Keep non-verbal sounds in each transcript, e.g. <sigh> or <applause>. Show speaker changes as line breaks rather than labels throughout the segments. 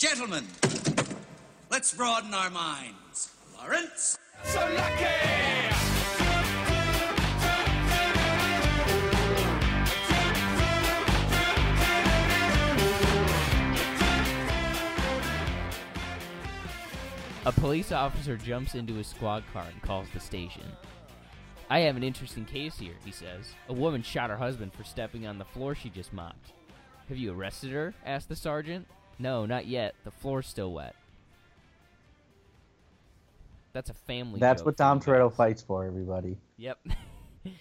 Gentlemen, let's broaden our minds. Lawrence?
So lucky!
A police officer jumps into his squad car and calls the station. I have an interesting case here, he says. A woman shot her husband for stepping on the floor she just mopped. Have you arrested her? asked the sergeant. No, not yet. The floor's still wet. That's a family.
That's
joke
what
for
Tom
you guys.
Toretto fights for, everybody.
Yep.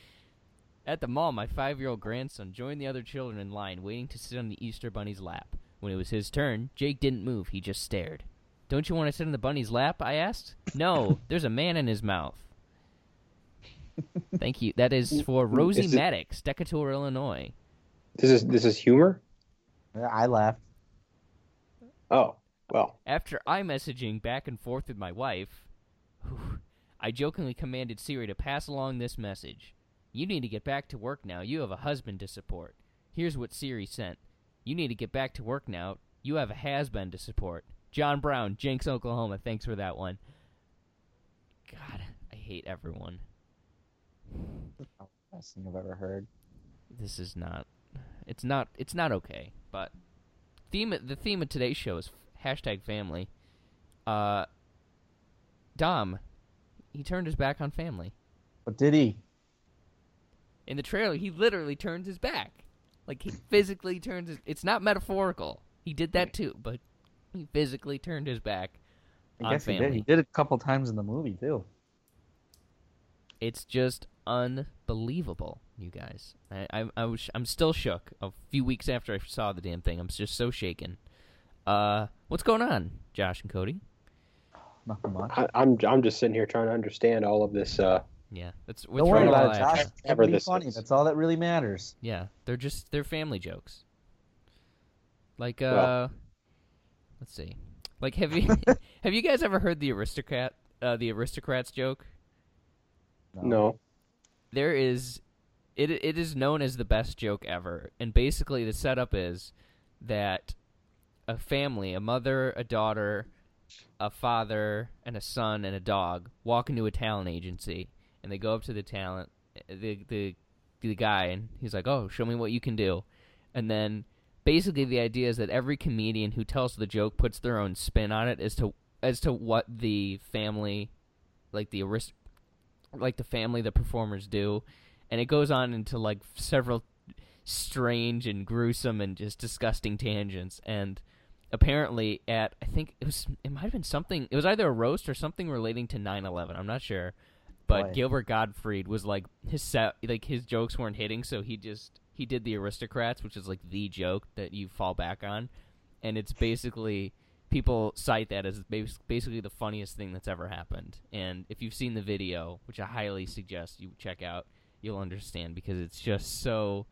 <laughs> At the mall, my five year old grandson joined the other children in line, waiting to sit on the Easter Bunny's lap. When it was his turn, Jake didn't move, he just stared. Don't you want to sit on the bunny's lap? I asked. No, there's a man in his mouth. Thank you. That is for Rosie
Is it-
Maddox, Decatur, Illinois.
This is this is humor.
I laughed.
Oh well,
After iMessaging back and forth with my wife, I jokingly commanded Siri to pass along this message. You need to get back to work now. You have a husband to support. Here's what Siri sent. You need to get back to work now. You have a has been to support. John Brown, Jenks, Oklahoma. Thanks for that one. God, I hate everyone.
Best thing I've ever heard.
This is not. It's not. It's not okay. But theme. The theme of today's show is hashtag family. Uh, Dom, he turned his back on family.
But did he?
In the trailer, he literally turns his back. Like
<laughs>
he physically turns his it's not metaphorical. He did that too, but he physically turned his back
I
on
guess he
family.
did. He did it a couple times in the movie too.
It's just unbelievable, you guys. I, I, I was, I'm still shook. A few weeks after I saw the damn thing, I'm just so shaken. Uh, what's going on, Josh and Cody?
Nothing much.
I, I'm I'm just sitting here trying to understand all of this. Uh,
Yeah, that's we're
Don't worry
throwing it
about
all
it,
at
Josh.
you.
It's
Ever
gonna be
this
funny.
is.
That's all that really matters.
Yeah, they're just they're family jokes. Like uh,
Well-
let's see. Like have
<laughs>
you <laughs> have you guys ever heard the aristocrat uh, the aristocrats joke?
no,
There is it it is known as the best joke ever, and basically the setup is that a family, a mother, a daughter, a father, and a son and a dog walk into a talent agency, and they go up to the talent the the the guy, and he's like, "Oh, show me what you can do," and then basically the idea is that every comedian who tells the joke puts their own spin on it as to as to what the family, like the arist- like the family the performers do, and it goes on into like several strange and gruesome and just disgusting tangents and apparently at I think it was it might have been something it was either a roast or something relating to 9/11 I'm not sure but
Boy.
Gilbert Gottfried was like his set, like his jokes weren't hitting so he just he did the aristocrats which is like the joke that you fall back on and it's basically people cite that as bas- basically the funniest thing that's ever happened and if you've seen the video which I highly suggest you check out you'll understand because it's just so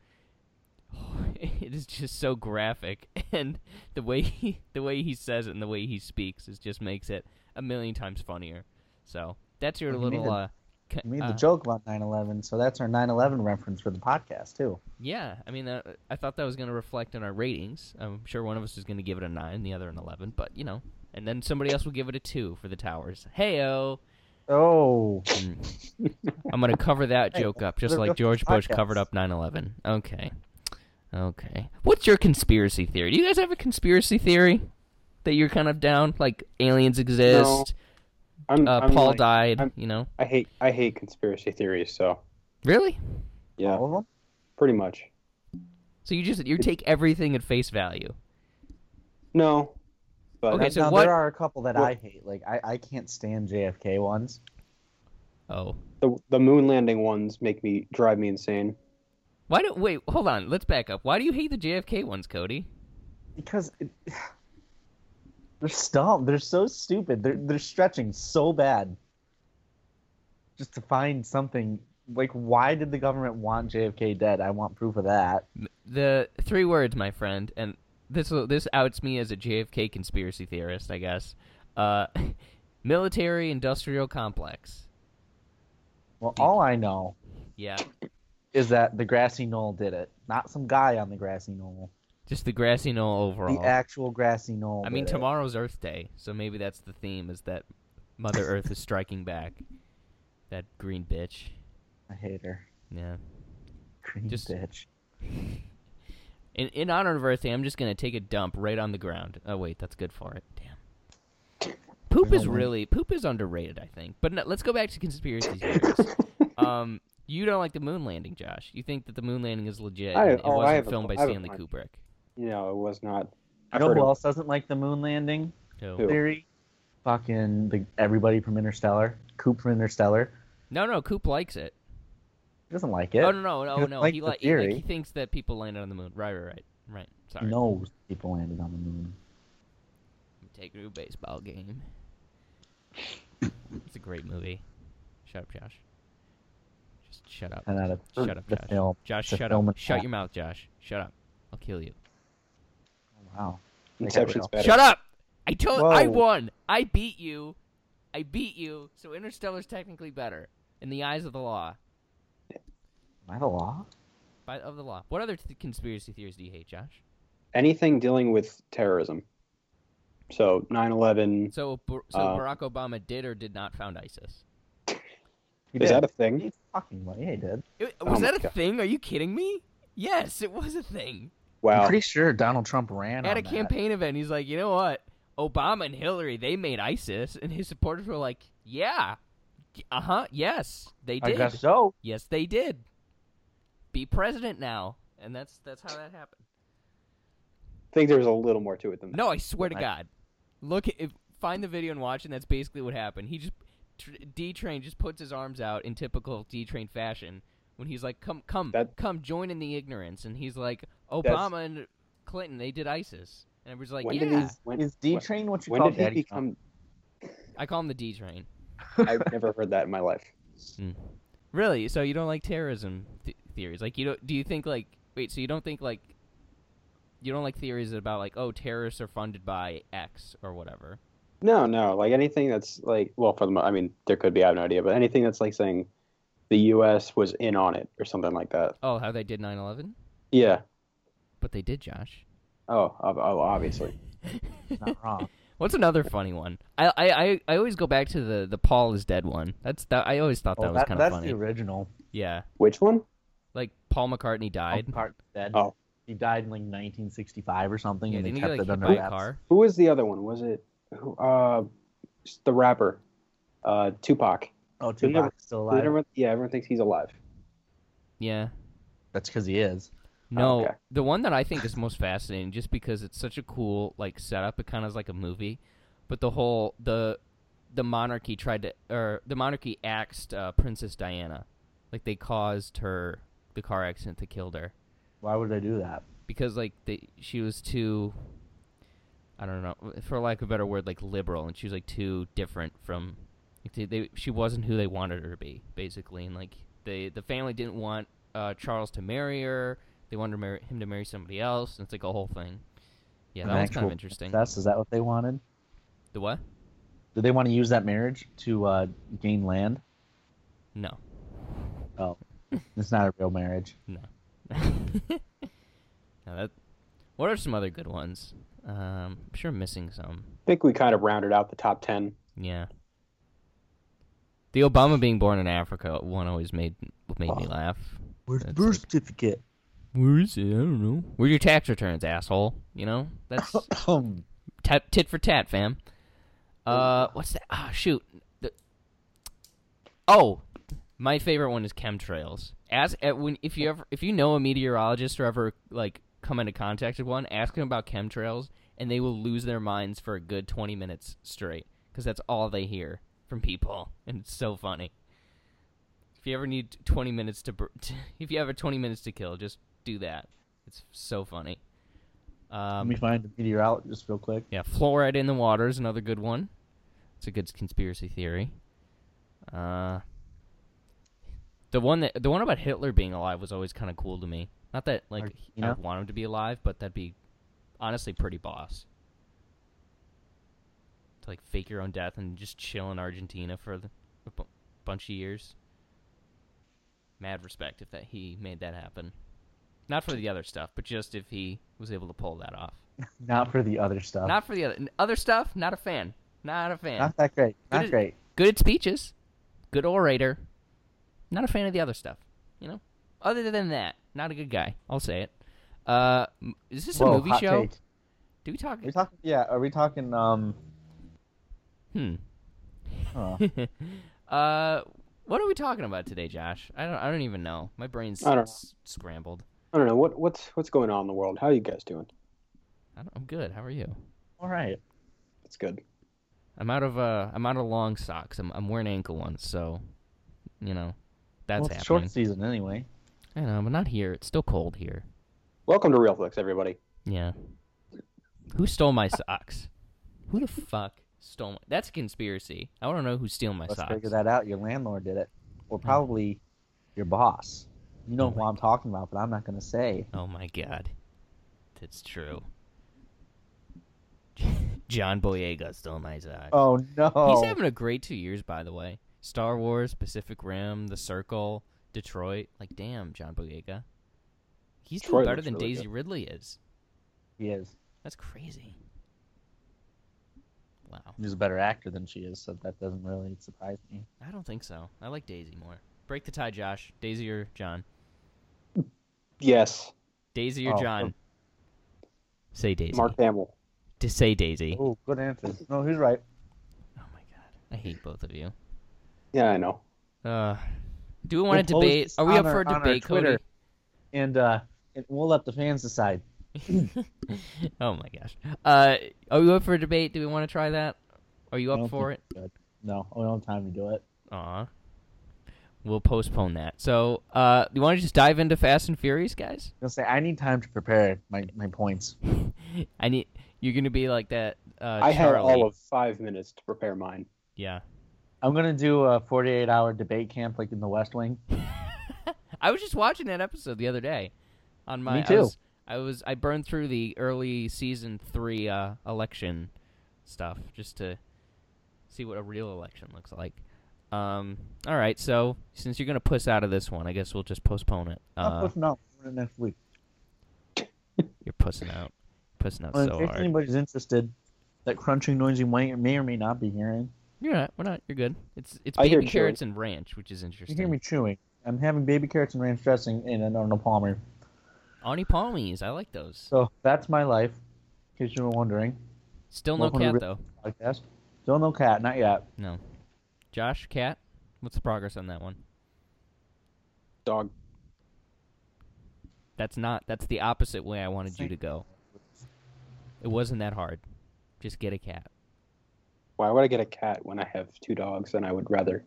<laughs> it is just so graphic <laughs> and the way he the way he says it and the way he speaks is just makes it a million times funnier so that's your
You
little
made the-
uh, co-
You made
uh,
the joke about 9/11, so that's our 9/11 reference for the podcast too.
yeah i mean uh, i thought that was going to reflect on our ratings i'm sure one of us is going to give it a 9 the other an 11 but you know and then somebody else will give it a 2 for the towers hey oh
Oh,
Um, i'm going to cover that
Hey,
joke up just
they're
like
both
george bush
podcasts.
covered up 9-11 okay okay what's your conspiracy theory do you guys have a conspiracy theory that you're kind of down like aliens exist
I'm,
uh,
I'm
Paul
like-
died.
I'm-
you know,
I hate I hate conspiracy theories. So
really?
yeah,
all of them.
pretty much.
So you just you take everything at face value.
No, but
Okay, so
now
what-
there are a couple that
what-
I hate. Like I, I can't stand JFK ones.
Oh,
the the moon landing ones make me drive me insane.
why do wait? Hold on, let's back up. Why do you hate the JFK ones, Cody?
because it, <sighs> they're dumb. They're so stupid. They're they're stretching so bad just to find something. Like, why did the government want JFK dead? I want proof of that.
The three words, my friend, and this will- this outs me as a JFK conspiracy theorist, I guess. Uh, <laughs> military industrial complex.
Well, all I know
Yeah.
is that the grassy knoll did it, not some guy on the grassy knoll.
Just the grassy knoll overall.
The actual grassy knoll.
I mean,
did it.
tomorrow's Earth Day, so maybe that's the theme is that Mother Earth is striking back. That green bitch.
I hate her.
Yeah.
Green
Just-
bitch.
In, in honor of Earth Day, I'm just going to take a dump right on the ground. Oh, wait, that's good for it. Damn. Poop is
Oh, wait.
really, poop is underrated, I think. But no, let's go back to conspiracy theories. um, you don't like the moon landing, Josh. You think that the moon landing is legit.
I-
and it
oh, I
wasn't
have a-
filmed by
I have a
Stanley
point.
Kubrick.
No, it was not.
You
I've
know
heard
who
of,
else doesn't like the moon landing
So-
Who?
theory? Fucking the everybody from Interstellar. Coop from Interstellar.
No, no, Coop likes it.
He doesn't like it.
Oh no, no, no,
He
no.
likes
He
the
like he, like,
theory.
he thinks that people landed on the moon. Right, right, right, right.
He
Sorry,
knows people landed on the moon.
take a baseball
<laughs>
game. it's a great movie. Shut up, Josh. Just shut up.
Ten out of
Shut up,
the
Josh.
film.
Josh,
The
shut
film
up.
and
Shut
all.
your mouth, Josh. Shut up. I'll kill you.
Wow.
Inception's better.
Shut up. I told. I
Whoa.
won. I beat you. I beat you. So Interstellar's technically better in the eyes of the law.
Am I the law?
By of the law. What other th- conspiracy theories do you hate, Josh?
Anything dealing with terrorism. So 9/11
So, Bar- so
Uh,
Barack Obama did or did not found ISIS.
He
is
did.
that a thing?
He fucking way he did.
It-
Oh
was
my
that a
God.
thing? Are you kidding me? Yes, it was a thing.
Wow.
I'm pretty sure Donald Trump ran
At
on
a
that.
campaign event, he's like, you know what? Obama and Hillary, they made ISIS, and his supporters were like, yeah, uh huh, yes, they
I
did.
guess so.
Yes, they did. Be president now, and that's that's how that happened.
I think there's a little more to it than that.
No, I swear to
I-
God. Look, at, if, find the video and watch, and that's basically what happened. He just tr- D Train just puts his arms out in typical D Train fashion when he's like, "Come, come,
That-
come, join in the ignorance," and he's like, "Obama
That's-
and Clinton, they did ISIS," and everybody's like,
when
"Yeah."
did he when,
Is D Train what you
when
call
did he
Daddy
become
I call him the D Train.
I've never heard that in my life.
Really? So you don't like terrorism th- theories? Like you don't? Do you think like wait? So you don't think like you don't like theories about like oh terrorists are funded by X or whatever?
No, no, like anything that's like well for the mo- I mean there could be I have no idea, but anything that's like saying the US was in on it or something like that.
Oh, how they did 9/11?
Yeah.
But they did, Josh.
Oh, ob- oh obviously.
Trump? Not wrong.
What's another funny one? I, I, I, I always go back to the, the Paul is dead one. That's that I always thought <laughs> that
Well,
was
Oh, that-
kind of
that's
funny.
the original.
Yeah,
Which one?
like Paul McCartney died.
Part dead.
Oh.
He died in like 1965 or something,
yeah,
and they
didn't he
kept
get like
it
hit
under
by a
wraps.
car?
Who was the other one? Was it who, uh the rapper? Uh Tupac.
Oh,
Didn't
Tupac's still
Did
alive.
everyone- yeah, everyone thinks he's alive.
Yeah.
That's because he is.
No,
okay.
the one that I think is most fascinating, just because it's such a cool like setup. It kind of is like a movie, but the whole the the monarchy tried to or the monarchy axed uh, Princess Diana, like they caused her the car accident that killed her.
Why would they do that?
because like the, she was too i don't know for lack of a better word like liberal and she was like too different from like, they, they she wasn't who they wanted her to be basically and like they the family didn't want uh, charles to marry her they wanted to marry, him to marry somebody else and it's like a whole thing yeah
An
that was kind
actual
of interesting
princess? Is that what they wanted?
the what
Did they want to use that marriage to uh, gain land?
no <laughs>
Oh, it's not a real marriage.
no now that what are some other good ones um i'm sure I'm missing some
I think we kind of rounded out the top 10.
Yeah. The Obama being born in Africa one always made made me laugh.
Where's
the
the
That's birth
birth certificate? <clears throat>
Where is it? I don't know. Where your tax returns, asshole? You know that's
Um,
tat, tit for tat, fam. Uh, what's that? Ah, shoot. The... Oh, my favorite one is chemtrails. As at when if you ever if you know a meteorologist or ever like come into contact with one, ask them about chemtrails, and they will lose their minds for a good twenty minutes straight because that's all they hear from people, and it's so funny. If you ever need twenty minutes to, br- <laughs> if you ever twenty minutes to kill, just do that. It's so funny.
Let
Um,
me find the meteorologist real quick. <laughs>
yeah, fluoride in the water is another good one. It's a good conspiracy theory. Uh, the one that the one about Hitler being alive was always kind of cool to me. Not that like
Or,
he-
you
I
know?
would want him to be alive, but that'd be honestly pretty boss. To like fake your own death and just chill in Argentina for the, a bu- bunch of years. Mad respect if that he made that happen. Not for the other stuff, but just if he was able to pull that off.
Not for the other stuff.
Not for the other other stuff. Not a fan. Not a fan.
Not that great. Not
Good at-
great.
Good at speeches. Good orator. Not a fan of the other stuff. You know. Other than that, not a good guy. I'll say it. Uh, m- is this
Whoa,
a movie
hot
show?
take.
Do we talk?
Are we talking? Yeah. Are we talking? Um.
Hmm.
oh,
<laughs> uh, what are we talking about today, Josh? I don't. I don't even know. My brain's
I don't know.
s- scrambled.
I don't know what what's what's going on in the world. How are you guys doing?
I don't, I'm good. How are you?
all right.
It's good.
I'm out of uh. I'm out of long socks. I'm I'm wearing ankle ones, so, you know, that's
well, it's
happening.
short season anyway.
I know, but not here. It's still cold here.
Welcome to Real Flicks, everybody.
Yeah. Who stole my socks? Who the fuck stole my? That's a conspiracy. I want to know who steal my
Let's
socks.
figure that out. Your landlord did it,
Hmm.
or probably your boss. You know who I'm talking about, but I'm not gonna say.
Oh my god, that's true. <laughs> John Boyega stole my socks.
Oh no.
He's having a great two years, by the way. Star Wars, Pacific Rim, The Circle, Detroit. Like, damn, John Boyega. He's
Detroit
doing better
looks
than
really
Daisy
good.
Ridley is.
He is.
That's crazy. Wow.
He's a better actor than she is, so that doesn't really surprise me.
I don't think so. I like Daisy more. Break the tie, Josh. Daisy or John?
Yes,
Daisy or
Oh,
John? Say Daisy.
Mark Hamill.
To say Daisy. Oh.
Oh, good answer. No, he's right.
my god. I hate both of you.
Yeah, I know.
Uh, do we want to
We'll post
debate?
this
Are we up
on our-
for a
on our
debate, Cody?
Twitter. And uh, and we'll let the fans decide.
<laughs> Oh my gosh. Uh, are you up for a debate? Do we want to try that? Are you
I
up
don't
for it?
think we should. No, we don't have time to do it.
Aw. We'll postpone that. So, uh, you want to just dive into Fast and Furious, guys?
You'll say I need time to prepare my, my points.
I need. You're gonna be like that. Uh,
I had
Charlie.
all of five minutes to prepare mine.
Yeah.
I'm gonna do a 48 hour debate camp like in the West Wing.
I was just watching that episode the other day. On my.
Me
I
too.
was- I was, I burned through the early season three uh, election stuff just to see what a real election looks like. Um. All right. So since you're gonna puss out of this one, I guess we'll just postpone it.
I'll
Uh,
push no next week.
you're pussing out. Pussing out
Well,
so
in case
hard.
anybody's interested, that crunching noise you might may or may not be hearing.
You're not. We're not. You're good. It's it's
I hear
baby carrots and ranch, which is
You
interesting.
hear me chewing. I'm having baby carrots and ranch dressing and an Arnold Palmer.
Arnie Palmies. I like those.
So that's my life, in case you were wondering.
Still no
Welcome to
cat
Re-
though.
Podcast. Still no cat, not yet.
No. Josh, cat. What's the progress on that one?
Dog.
That's not. That's the opposite way I wanted you to go. It wasn't that hard. Just get a cat.
Why would I get a cat when I have two dogs and I would rather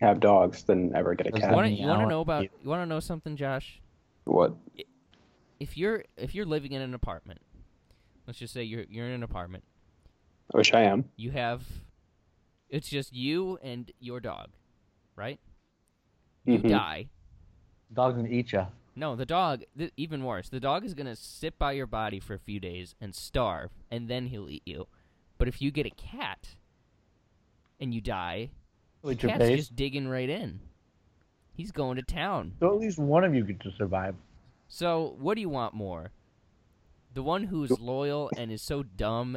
have dogs than ever get a
Does
cat?
that
Wanna,
mean
you
I
want to
want
know about?
you-
You want to know something, Josh?
What?
If you're if you're living in an apartment, let's just say you're you're in an apartment.
Which I am.
You have, it's just you and your dog, right? You
Mm-hmm.
Mhm.
die.
Dog's gonna eat ya.
No, the dog. Th- even worse, the dog is gonna sit by your body for a few days and starve, and then he'll eat you. But if you get a cat, and you die,
With your
cat's
face.
just digging right in. He's going to town.
So at least one of you get to survive.
So, what do you want more? The one who is loyal and is so dumb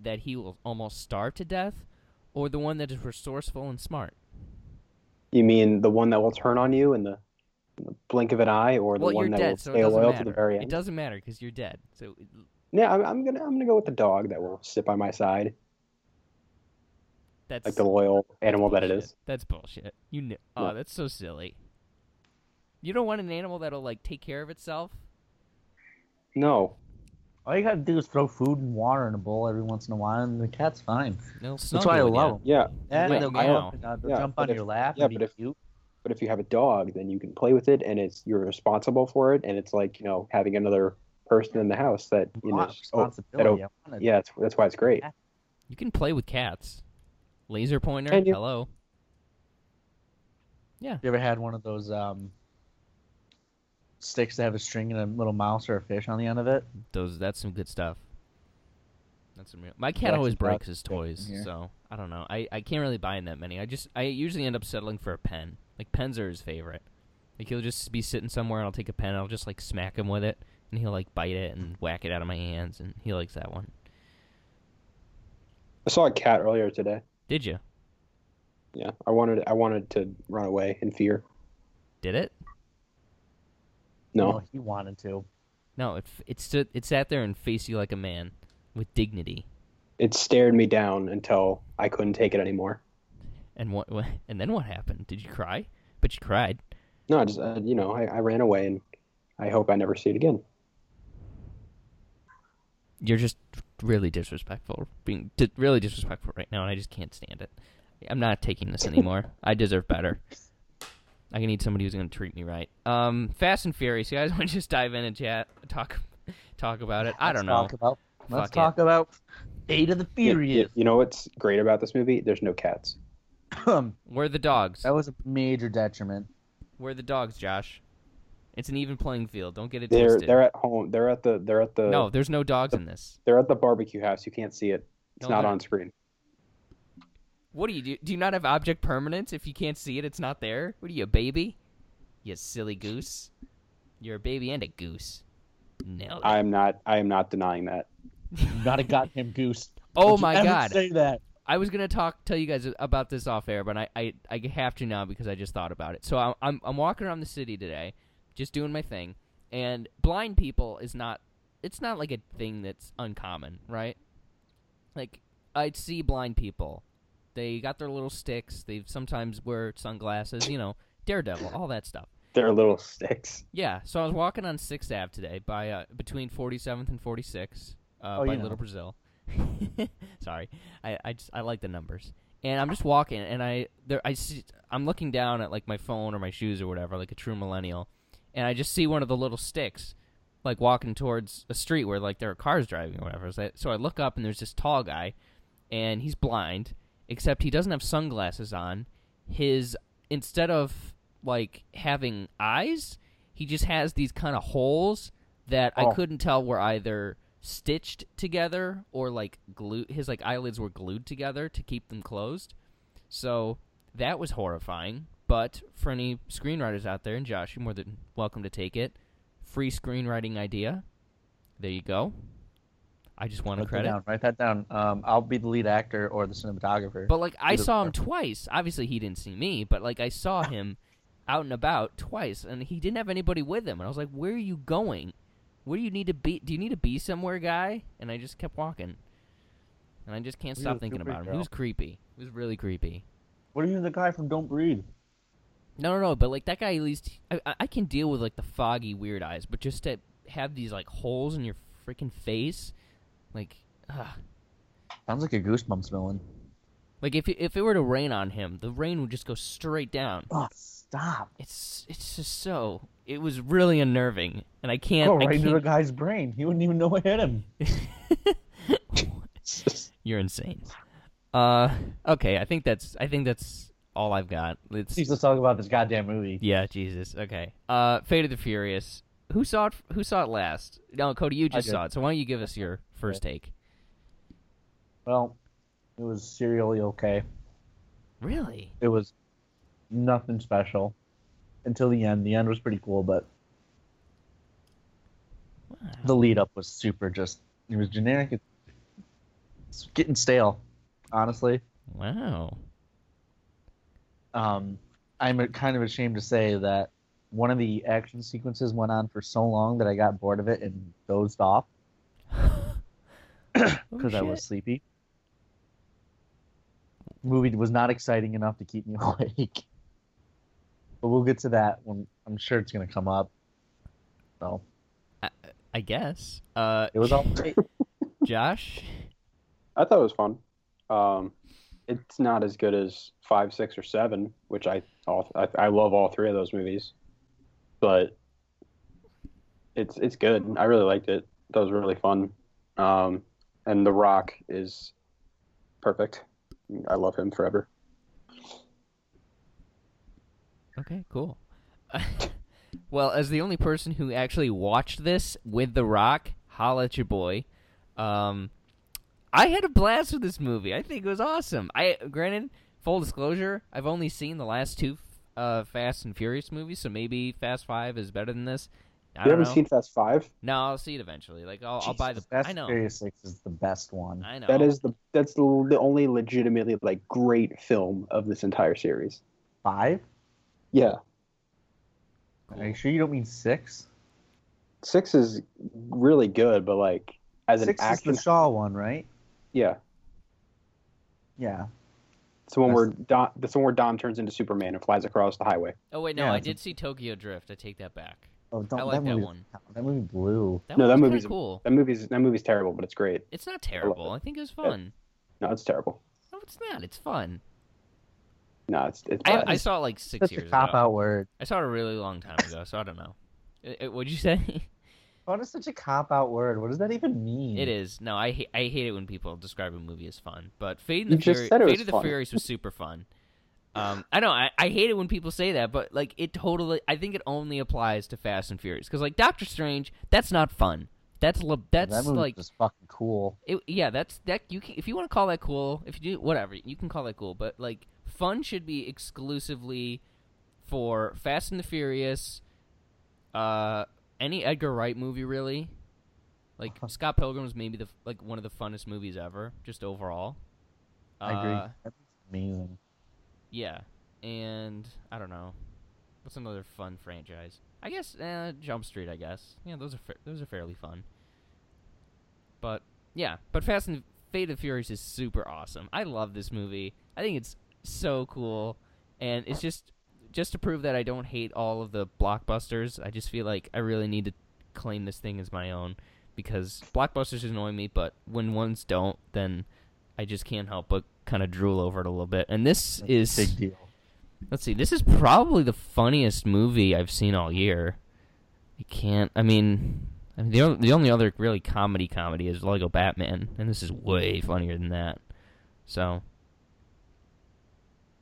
that he will almost starve to death, or the one that is resourceful and smart?
You mean the one that will turn on you in the, in the blink of an eye, or the
well,
one
you're
that will
dead, so it
stay
doesn't
loyal
matter.
to the very
It
end?
doesn't matter because you're dead. So,
Yeah, I'm, I'm gonna I'm gonna go with the dog that will sit by my side,
that's
like the loyal animal that it
bullshit.
is.
That's bullshit. You know,
What?
oh, that's so silly. You don't want an animal that'll like take care of itself.
No,
All you gotta do is throw food and water in a bowl every once in a while, and the cat's fine.
They'll
That's why I
snuggle with
love
you.
'em.
yeah,
And
Wait,
they'll
I
go
know.
up and, uh, they'll
Yeah,
jump
but
on
if-
your lap.
yeah,
and be
but if-
cute.
but if you have a dog, then you can play with it, and it's you're responsible for it, and it's like you know having another person in the house that you know.
Lot of
just- Oh,
responsibility.
oh,
I wanna-
yeah, that's, that's why it's great.
You can play with cats. Laser pointer.
Can you?
Hello.
You ever had one of those um, sticks that have a string and a little mouse or a fish on the end of it?
Those. That's some good stuff. That's some real. My cat
That's
always
about
breaks his toys,
here.
so I don't know. I I can't really buy in that many. I just I usually end up settling for a pen. Like pens are his favorite. Like he'll just be sitting somewhere, and I'll take a pen, and I'll just like smack him with it, and he'll like bite it and whack it out of my hands, and he likes that one.
I saw a cat earlier today.
Did you?
Yeah, I wanted I wanted to run away in fear.
Did it?
No,
he wanted to.
No, it f- it stood it sat there and faced you like a man with dignity,
it stared me down until I couldn't take it anymore.
and what <laughs> wha- and then what happened? Did you cry? But you cried.
No, I just uh, you know I, I ran away and I hope I never see it again.
You're just really disrespectful, being di- really disrespectful right now, and I just can't stand it. I'm not taking this anymore. I deserve better. I need somebody who's going to treat me right. Um, Fast and Furious. You guys <laughs> want to just dive in and chat, talk, talk about it? I
Let's
don't know.
Talk about, let's
Fuck it.
talk about Fate of the
You- You,
Furious.
you know what's great about this movie? There's no cats.
Um,
Where are the dogs?
that was a major detriment.
Where are the dogs, Josh? It's an even playing field. Don't get it
They're
twisted.
they're at home. They're at the they're at the
no, there's no dogs in this.
they're at the barbecue house. You can't see it. It's
No,
not
they're-
on screen.
What do you do? Do you not have object permanence? If you can't see it, it's not there. What are you, a baby? You silly goose. You're a baby and a goose. No.
I am not I am not denying that.
Not a goddamn goose.
Oh
Don't you
my
ever
God.
Say that.
I was gonna talk, tell you guys about this off air, but I, I, I have to now because I just thought about it. So I'm, I'm, I'm walking around the city today, just doing my thing, and blind people is not, it's not like a thing that's uncommon, right? Like I'd see blind people, they got their little sticks. They sometimes wear sunglasses, you know, daredevil, all that stuff.
They're little sticks.
Yeah, so I was walking on Sixth Ave today by uh, between 47th and 46th uh,
Oh,
by
you know.
Little Brazil. <laughs> Sorry, I I, just, I like the numbers, and I'm just walking, and I there I see I'm looking down at like my phone or my shoes or whatever, like a true millennial, and I just see one of the little sticks, like walking towards a street where like there are cars driving or whatever. So I, so I look up and there's this tall guy, and he's blind, except he doesn't have sunglasses on. His instead of like having eyes, he just has these kind of holes that
Oh.
I couldn't tell were either stitched together or like glued. His like eyelids were glued together to keep them closed. So that was horrifying. But for any screenwriters out there, and Josh, you're more than welcome to take it. Free screenwriting idea. There you go. I just want a
Write that
credit.
down. Write that down. Um, I'll be the lead actor or the cinematographer.
But like I
Either
saw
or.
him twice. Obviously he didn't see me, but like I
<laughs>
saw him out and about twice and he didn't have anybody with him and I was like, "Where are you going? Where do you need to be? Do you need to be somewhere, guy?" And I just kept walking. And I just can't
He
stop
was
thinking
super
about him. He was creepy. He was really creepy.
what are you, the guy from Don't Breathe?
No, no, no, but like that guy at least I, I- I can deal with like the foggy weird eyes, but just to have these like holes in your freaking face like ugh.
Sounds like a Goosebumps villain.
Like if it- if it were to rain on him, the rain would just go straight down.
Oh, stop.
it's it's just so it was really unnerving and i can't,
Go
I
right into the
can't-
guy's brain. He wouldn't even know what hit him.
you're insane uh okay i think that's i think that's all i've got it's
Let's talk about this goddamn movie.
yeah jesus okay uh fate of the furious who saw it who saw it last no cody you just
did.
saw it so why don't you give us your first take
Well, it was serially okay.
really
It was nothing special until the end. The end was pretty cool, but the lead up was super just. It was generic. It's getting stale, honestly.
wow
Um, I'm kind of ashamed to say that one of the action sequences went on for so long that I got bored of it and dozed off because I
Oh, shit.
was sleepy. Movie was not exciting enough to keep me <laughs> awake. But we'll get to that when I'm sure it's going to come up. So
i guess uh
it was all great.
<laughs> josh
I thought it was fun. Um, it's not as good as five, six, or seven, which I all I, I love all three of those movies, but it's it's good. I really liked it. That was really fun. Um, and The Rock is perfect. I love him forever.
Okay, cool. <laughs> well, as the only person who actually watched this with The Rock, holla at your boy. Um, I had a blast with this movie. I think it was awesome. I granted, full disclosure, I've only seen the last two uh, Fast and Furious movies, so maybe Fast Five is better than this. I
you
don't
haven't
know.
seen Fast Five?
No, I'll see it eventually. Like I'll, I'll buy the.
Jesus, Fast
I know.
Furious Six is the best one.
I know.
That is the that's the, the only legitimately like great film of this entire series.
Five?
Yeah,
Are you sure you don't mean six?
six is really good, but like as an
Six is
action,
the Shaw one, right?
yeah,
Yeah.
it's the one
That's-
where Don, that's the one where Don turns into Superman and flies across the highway.
Oh wait, no,
Yeah,
I
it's a-
did see Tokyo Drift. I take that back.
Oh, don't,
I like that
movie,
one.
That movie blew.
That one was
No, that
kinda
movie's a-
cool.
That movie's that movie's terrible, but it's great.
It's not terrible. I think it was fun.
No, it's terrible.
No, it's not. It's fun.
No, it's it's
I,
bad.
I saw it like six
That's a
years
cop
ago.
out word.
I saw it a really long time ago, so I don't know. It, it- what'd you say? <laughs>
Fun Oh, is such a cop out word. What does that even mean?
Mm.
It is. No, I ha- I hate it when people describe a movie as fun. But Fate, and
You
the
just
Fury-
said it
Fate
was
of the
fun.
Furious was super
<laughs>
fun. Um, I know. I, I hate it when people say that, but like it totally. I think it only applies to Fast and Furious because like Doctor Strange, that's not fun. That's li- that's
that movie's
like
just fucking cool.
it, yeah. That's that you can, if you want to call that cool, if you do whatever you can call that cool, but like fun should be exclusively for Fast and the Furious, uh, any Edgar Wright movie really. Like
Uh-huh.
Scott Pilgrim is maybe the like one of the funnest movies ever, just overall.
I agree.
Uh,
That movie's amazing.
yeah, and I don't know, what's another fun franchise? I guess eh, Jump Street. I guess yeah, those are fa- those are fairly fun. But yeah, but Fast and Fate of the Furious is super awesome. I love this movie. I think it's so cool, and it's just just to prove that I don't hate all of the blockbusters. I just feel like I really need to claim this thing as my own because blockbusters annoy me, but when ones don't, then I just can't help but kind of drool over it a little bit. And this is
Big deal.
Let's see. This is probably the funniest movie I've seen all year. I can't. I mean, I mean the o- the only other really comedy comedy is Lego Batman, and this is way funnier than that. So,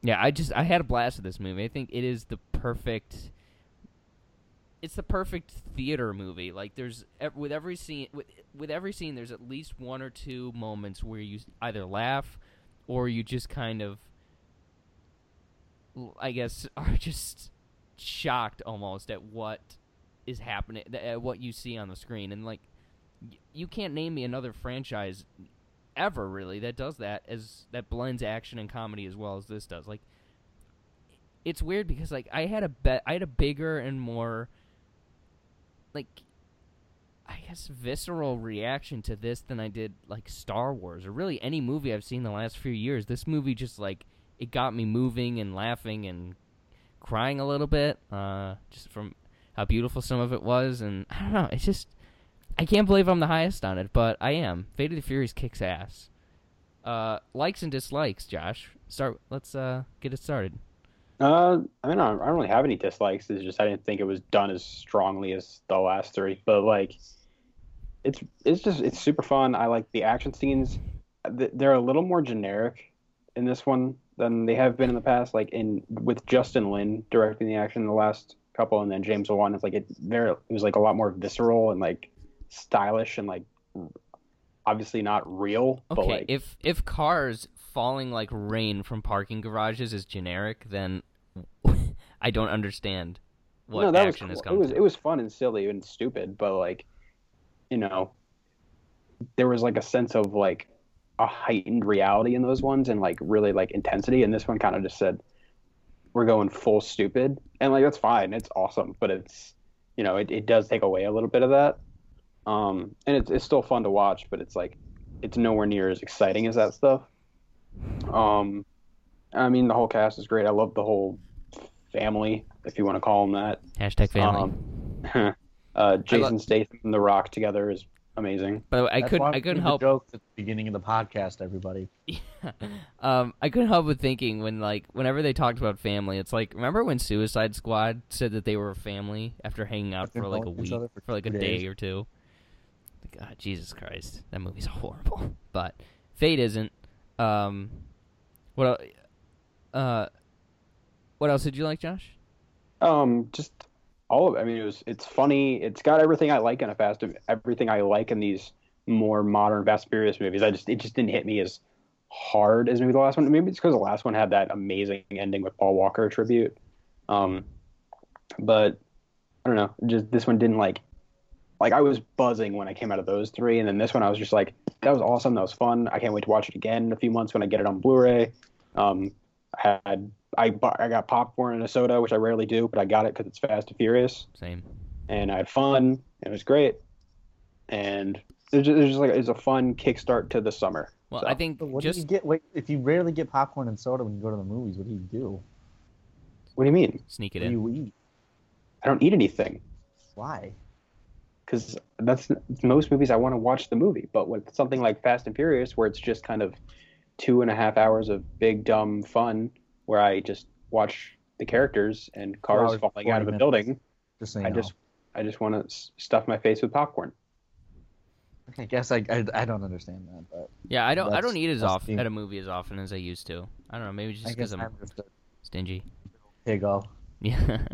yeah, I just I had a blast with this movie. I think it is the perfect. It's the perfect theater movie. Like there's ev- with every scene with with every scene there's at least one or two moments where you either laugh or you just kind of l- I guess, <laughs> are just shocked almost at what is happening, th- at what you see on the screen. And, like, y- you can't name me another franchise ever, really, that does that, as that blends action and comedy as well as this does. Like, it's weird because, like, I had a bet, I had a bigger and more, like, I guess visceral reaction to this than I did like Star Wars or really any movie I've seen the last few years. This movie just like it got me moving and laughing and crying a little bit, uh, just from how beautiful some of it was. And I don't know, it's just I can't believe I'm the highest on it, but I am. Fate of the Furies kicks ass. Uh, likes and dislikes, Josh. Start. Let's uh get it started.
Uh, I mean, I don't, I don't really have any dislikes. It's just I didn't think it was done as strongly as the last three. But like, it's it's just it's super fun. I like the action scenes. Th- They're a little more generic in this one than they have been in the past. Like in with Justin Lin directing the action in the last couple, and then James Wan. It's like it very it was like a lot more visceral and like stylish and like obviously not real.
Okay,
but like,
if if cars falling like rain from parking garages is generic, then <laughs> I don't understand what
that
action
was
has
cool.
come
It was
to.
it was fun and silly and stupid, but like, you know, there was like a sense of like a heightened reality in those ones and like really like intensity. And this one kind of just said, "We're going full stupid," and like that's fine. It's awesome, but it's you know it, it does take away a little bit of that. Um, and it's it's still fun to watch, but it's like it's nowhere near as exciting as that stuff. Um, I mean, the whole cast is great. I love the whole family, if you want to call them that. <laughs>
Hashtag family.
Um, uh, Jason Statham and The Rock together is amazing.
By the way, I
That's
couldn't.
why
I
we
couldn't
made the
help.
Jokes at the beginning of the podcast, everybody.
um, I couldn't help but thinking when like whenever they talked about family, it's like remember when Suicide Squad said that they were a family after hanging out
After
for like a
knowing each
week,
other
for,
for
like a
two
day
days.
or two. God, Jesus Christ, that movie's <laughs> horrible. But Fate isn't. Um, what? el- Uh, what else did you like, Josh?
Um, just all of it. I mean, it was it's funny. It's got everything I like in a Fast, everything I like in these more modern Fast and Furious movies. I just it just didn't hit me as hard as maybe the last one. Maybe it's because the last one had that amazing ending with Paul Walker tribute. Um, but I don't know. Just this one didn't like. Like I was buzzing when I came out of those three, and then this one I was just like, "That was awesome. That was fun. I can't wait to watch it again in a few months when I get it on Blu-ray." Um, I had I bu- I got popcorn and a soda, which I rarely do, but I got it because it's Fast and Furious,
Same.
and I had fun. And it was great, and there's just, there's just like it's a fun kickstart to the summer.
Well,
So,
I think
But what do
just
you get? Wait, if you rarely get popcorn and soda when you go to the movies, what do you do?
What do you mean?
sneak
What
it
do
in.
you eat?
I don't eat anything
Why?
because that's most movies I want to watch the movie. But with something like Fast and Furious, where it's just kind of two and a half hours of big dumb fun, where I just watch the characters and cars
hours,
falling out of
40
a
minutes.
building,
Just so you
I
know.
just I just want to stuff my face with popcorn.
I guess I, I I don't understand that, but
Yeah, I don't I
That's-
don't eat as
that's
often
the-
at a movie as often as I used to. I don't know, maybe just
I
because
guess
I'm
I'm just a
stingy.
piggo.
Yeah. <laughs>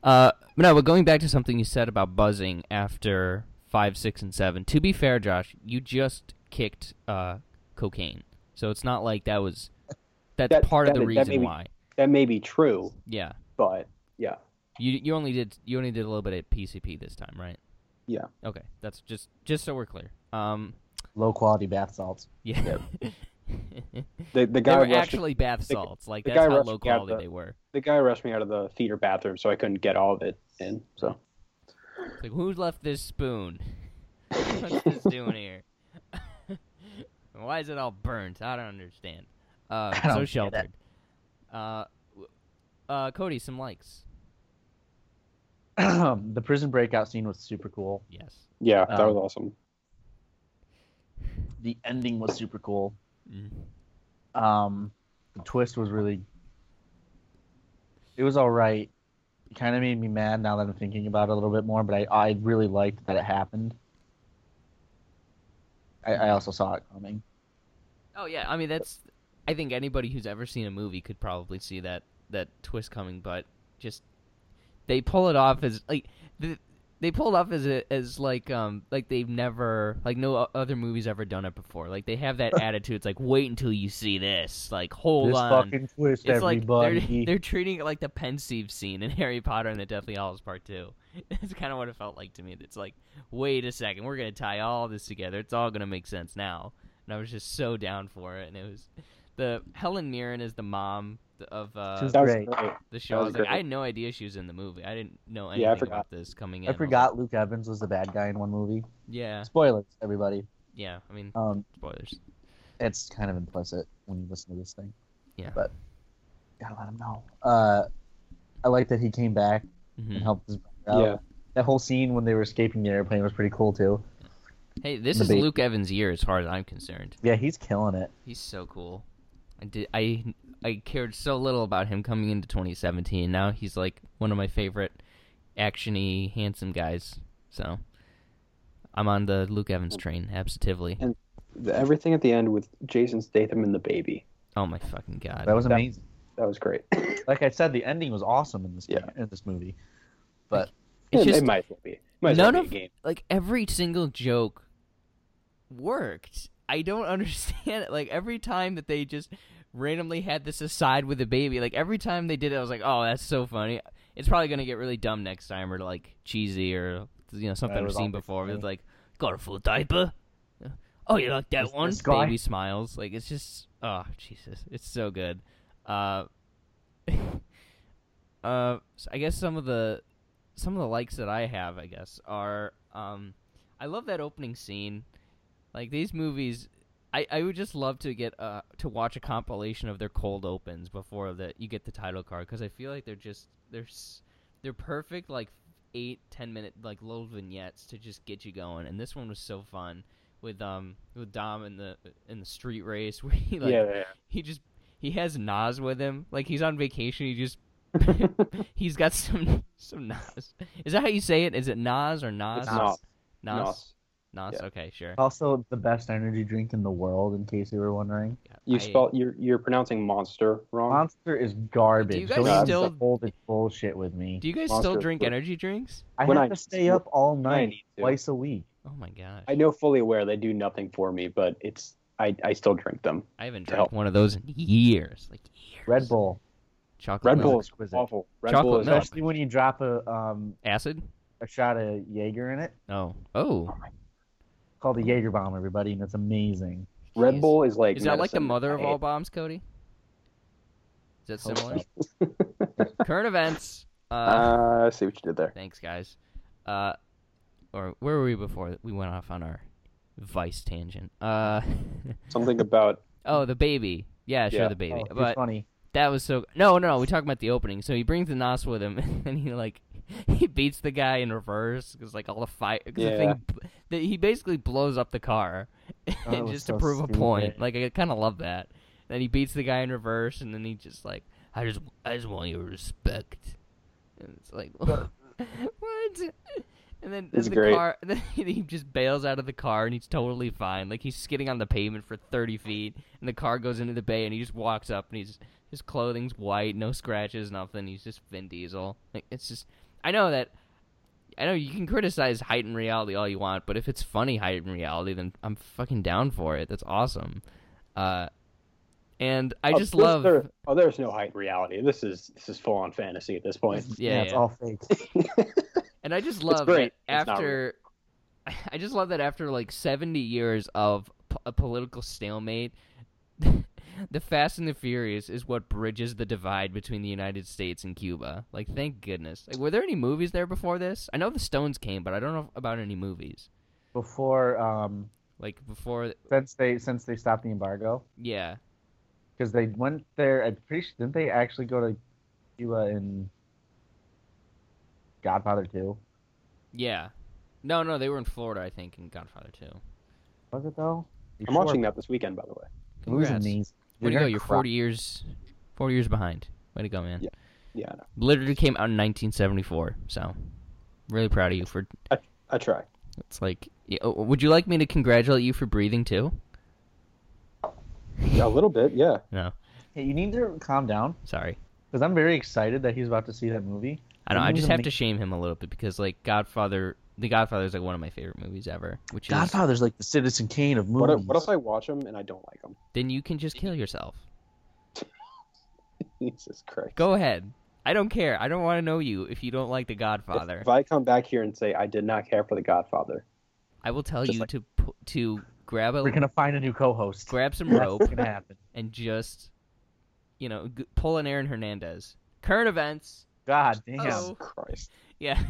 Uh, but no, but going back to something you said about buzzing after five, six, and seven. To be fair, Josh, you just kicked uh, cocaine, so it's not like that was that's
That-
part of
that-
the
that
reason
maybe-
why.
That may be true,
Yeah,
but yeah,
you you only did you only did a little bit at PCP this time, right?
Yeah.
Okay, that's just just so we're clear. Um,
Low quality bath salts. <clears throat>
yeah. <laughs>
the the
they
guy
were
rushed,
actually bath
the-
salts. like
the
that's
guy
how
rushed
low
me out of
quality
the-
they were.
the guy rushed me out of the theater bathroom, so I couldn't get all of it in. So
It's like, who left this
<laughs>
spoon? What's this doing here? <laughs> Why is it all burnt? I don't understand. Uh,
I don't
so
get
sheltered. Uh, w- uh, Cody, some likes.
the prison breakout scene was super cool.
Yes.
yeah, that
Um,
was awesome.
The ending was super cool.
Mm.
Um, the twist was really. It was all right. It kind of made me mad now that I'm thinking about it a little bit more, but I, I really liked that it happened. I, I also saw it coming.
Oh yeah, I mean that's. I think anybody who's ever seen a movie could probably see that that twist coming, but just they pull it off as like th- they pulled off as a, as like um like they've never like no o- other movies ever done it before. Like they have
<laughs>
that attitude. It's like wait until you see this. Like hold
this
on.
fucking twist,
it's like
everybody.
they're, <laughs> they're treating it like the pensieve scene in <laughs> Harry Potter and the Deathly Hallows Part Two. <laughs> That's kind of what it felt like to me. It's like, wait a second, we're gonna tie all this together. It's all gonna make sense now. And I was just so down for it. And it was the Helen Mirren is the mom of uh,
She's-
That was
great.
great.
the show. I
that was
was like,
great.
I had no idea she was in the movie. I didn't know anything
Yeah, I
about this coming in.
I
was like,
forgot Luke Evans was the bad guy in one movie.
yeah,
Spoilers, everybody.
yeah. I mean,
Um,
spoilers.
it's kind of implicit when you listen to this thing.
Yeah.
But gotta let him know. Uh, I like that he came back
<laughs>
and
Mhm.
helped his brother out.
Yeah,
That whole scene when they were escaping the airplane was pretty cool too.
Hey, this
the
is
baby.
Luke Evans' year, as far as I'm concerned.
Yeah, he's killing it.
He's so cool. I did. I I cared so little about him coming into 2017. Now he's like one of my favorite actiony, handsome guys. So I'm on the Luke Evans train, absolutely.
The- everything at the end with Jason Statham and the baby.
Oh my fucking god!
That was
That-
amazing.
That was great.
Like I said, the ending was awesome in this
Yeah.
game, in this movie.
It's
<laughs> it,
just
it might as well be. Might as
none
well be
of
a game.
like every single joke worked. I don't <laughs> understand it. Like every time that they just randomly had this aside with the baby, like every time they did it, I was like, "Oh, that's so funny." It's probably gonna get really dumb next time, or like cheesy, or you know something
That
I've
was
seen
always
before. It's
funny.
like, "Got a full diaper." Oh, you like that
This-
one?
this guy?
Baby smiles. Like it's just, oh Jesus, it's so good. Uh, <laughs> uh, so I guess some of the some of the likes that I have, I guess, are um, I love that opening scene. Like these movies, I, I would just love to get uh to watch a compilation of their cold opens before that you get the title card because I feel like they're just they're s- they're perfect like eight ten minute like little vignettes to just get you going and this one was so fun with um with Dom in the in the street race <laughs> where he like
yeah, yeah,
he just he has Nas with him. Like he's on vacation. He
<laughs>
just <laughs> he's got some some Nas. Is that how you say it? Is it Nas or
yeah.
Nas?
It's not.
Nas.
Nos.
Nas?
yeah.
Okay, sure.
Also, the best energy drink in the world, in case you were wondering.
You
I-
spell you're you're pronouncing monster wrong.
Monster is garbage.
Do you guys
Don't even
still-
hold this bullshit with me.
Do you guys
Monster
still drink
Fruit.
energy drinks?
I have
When I-
to stay up all
I
night,
need to.
twice a week.
Oh my gosh.
I know fully aware they do nothing for me, but it's I I still drink them.
I haven't
to
drank
help.
one of those in years. Like years.
Red Bull.
Chocolate
Red
milk.
Bull is
exquisite.
awful. Red
Chocolate
Bull is
milk.
awful.
Especially when you drop a um
Acid?
a shot of Jaeger in it.
Oh. Oh.
Called a Jaeger bomb, everybody, and it's amazing.
Red
Jeez.
Bull is like
Is that like the
medicine.
mother of
I-
all bombs, Cody? Is that
Oh,
similar? Current events. Uh,
Uh, I see what you did there.
thanks, guys. Uh, or where were we before we went off on our vice tangent? Uh, <laughs>
Something about
oh, the baby. Yeah, sure,
Yeah.
the baby.
Oh, it's
but
funny.
that was so. No, no, no. We talking about the opening. So he brings the Nos with him, <laughs> and he like he beats the guy in reverse because like all the fire. Cause the
Yeah.
thing, the, he basically blows up the car, <laughs>
Oh, it
and
was
just
so
to prove a
stupid.
point. Like I kind of love that. Then he beats the guy in reverse, and then he just like I just I just want your respect. And it's like <laughs> what? And then, then
It's
the
great.
car, <laughs> then he just bails out of the car and he's totally fine. Like he's skidding on the pavement for thirty feet, and the car goes into the bay, and he just walks up, and he's his clothing's white, no scratches, nothing. He's just Vin Diesel. Like it's just, I know that, I know you can criticize heightened reality all you want, but if it's funny heightened reality, then I'm fucking down for it. That's awesome. Uh, and I
Oh,
just
this-
love.
there- oh, there's no height reality. This is this is full on fantasy at this point.
Yeah,
it's
yeah.
all fake.
And I just love
great.
that
It's not
after. <laughs> I just love that after like seventy years of p- a political stalemate, <laughs> the Fast and the Furious is what bridges the divide between the United States and Cuba. Like, thank goodness. Like, were there any movies there before this? I know the Stones came, but I don't know about any movies.
Before um
Like before,
since they since they stopped the embargo.
yeah,
Because they went there I'm pretty sure didn't they actually go to Cuba in Godfather Two?
yeah. No, no, they were in Florida, I think, in Godfather Two.
Was it though? You
I'm
sure?
watching that this weekend, by the way.
losing
Congrats.
these.
Way to go!
gonna
You're
cry.
forty years, forty years behind. Way to go, man.
Yeah, I know.
literally came out in 1974. So, really proud of you for.
I try.
It's like, y- oh, would you like me to congratulate you for breathing too?
A little bit, yeah.
No,
Hey, you need to calm down
sorry.
because I'm very excited that he's about to see that movie.
I don't. I
Remember
just
the
have
ma-
to shame him a little bit because, like, Godfather, The Godfather is like one of my favorite movies ever. Which is
Godfather's like the Citizen Kane of movies.
What if, what if I watch them and I don't like them?
then you can just kill yourself.
<laughs> Jesus Christ.
Go ahead. I don't care. I don't want to know you if you don't like The Godfather.
If, if I come back here and say I did not care for The Godfather,
I will tell
just
you
like-
to to to grab a
We're gonna find a new co-host.
grab
<laughs>
some rope
It's gonna happen.
and just, you know, g- pull an Aaron Hernandez. Current events.
God damn,
Oh.
Christ.
Yeah. <laughs>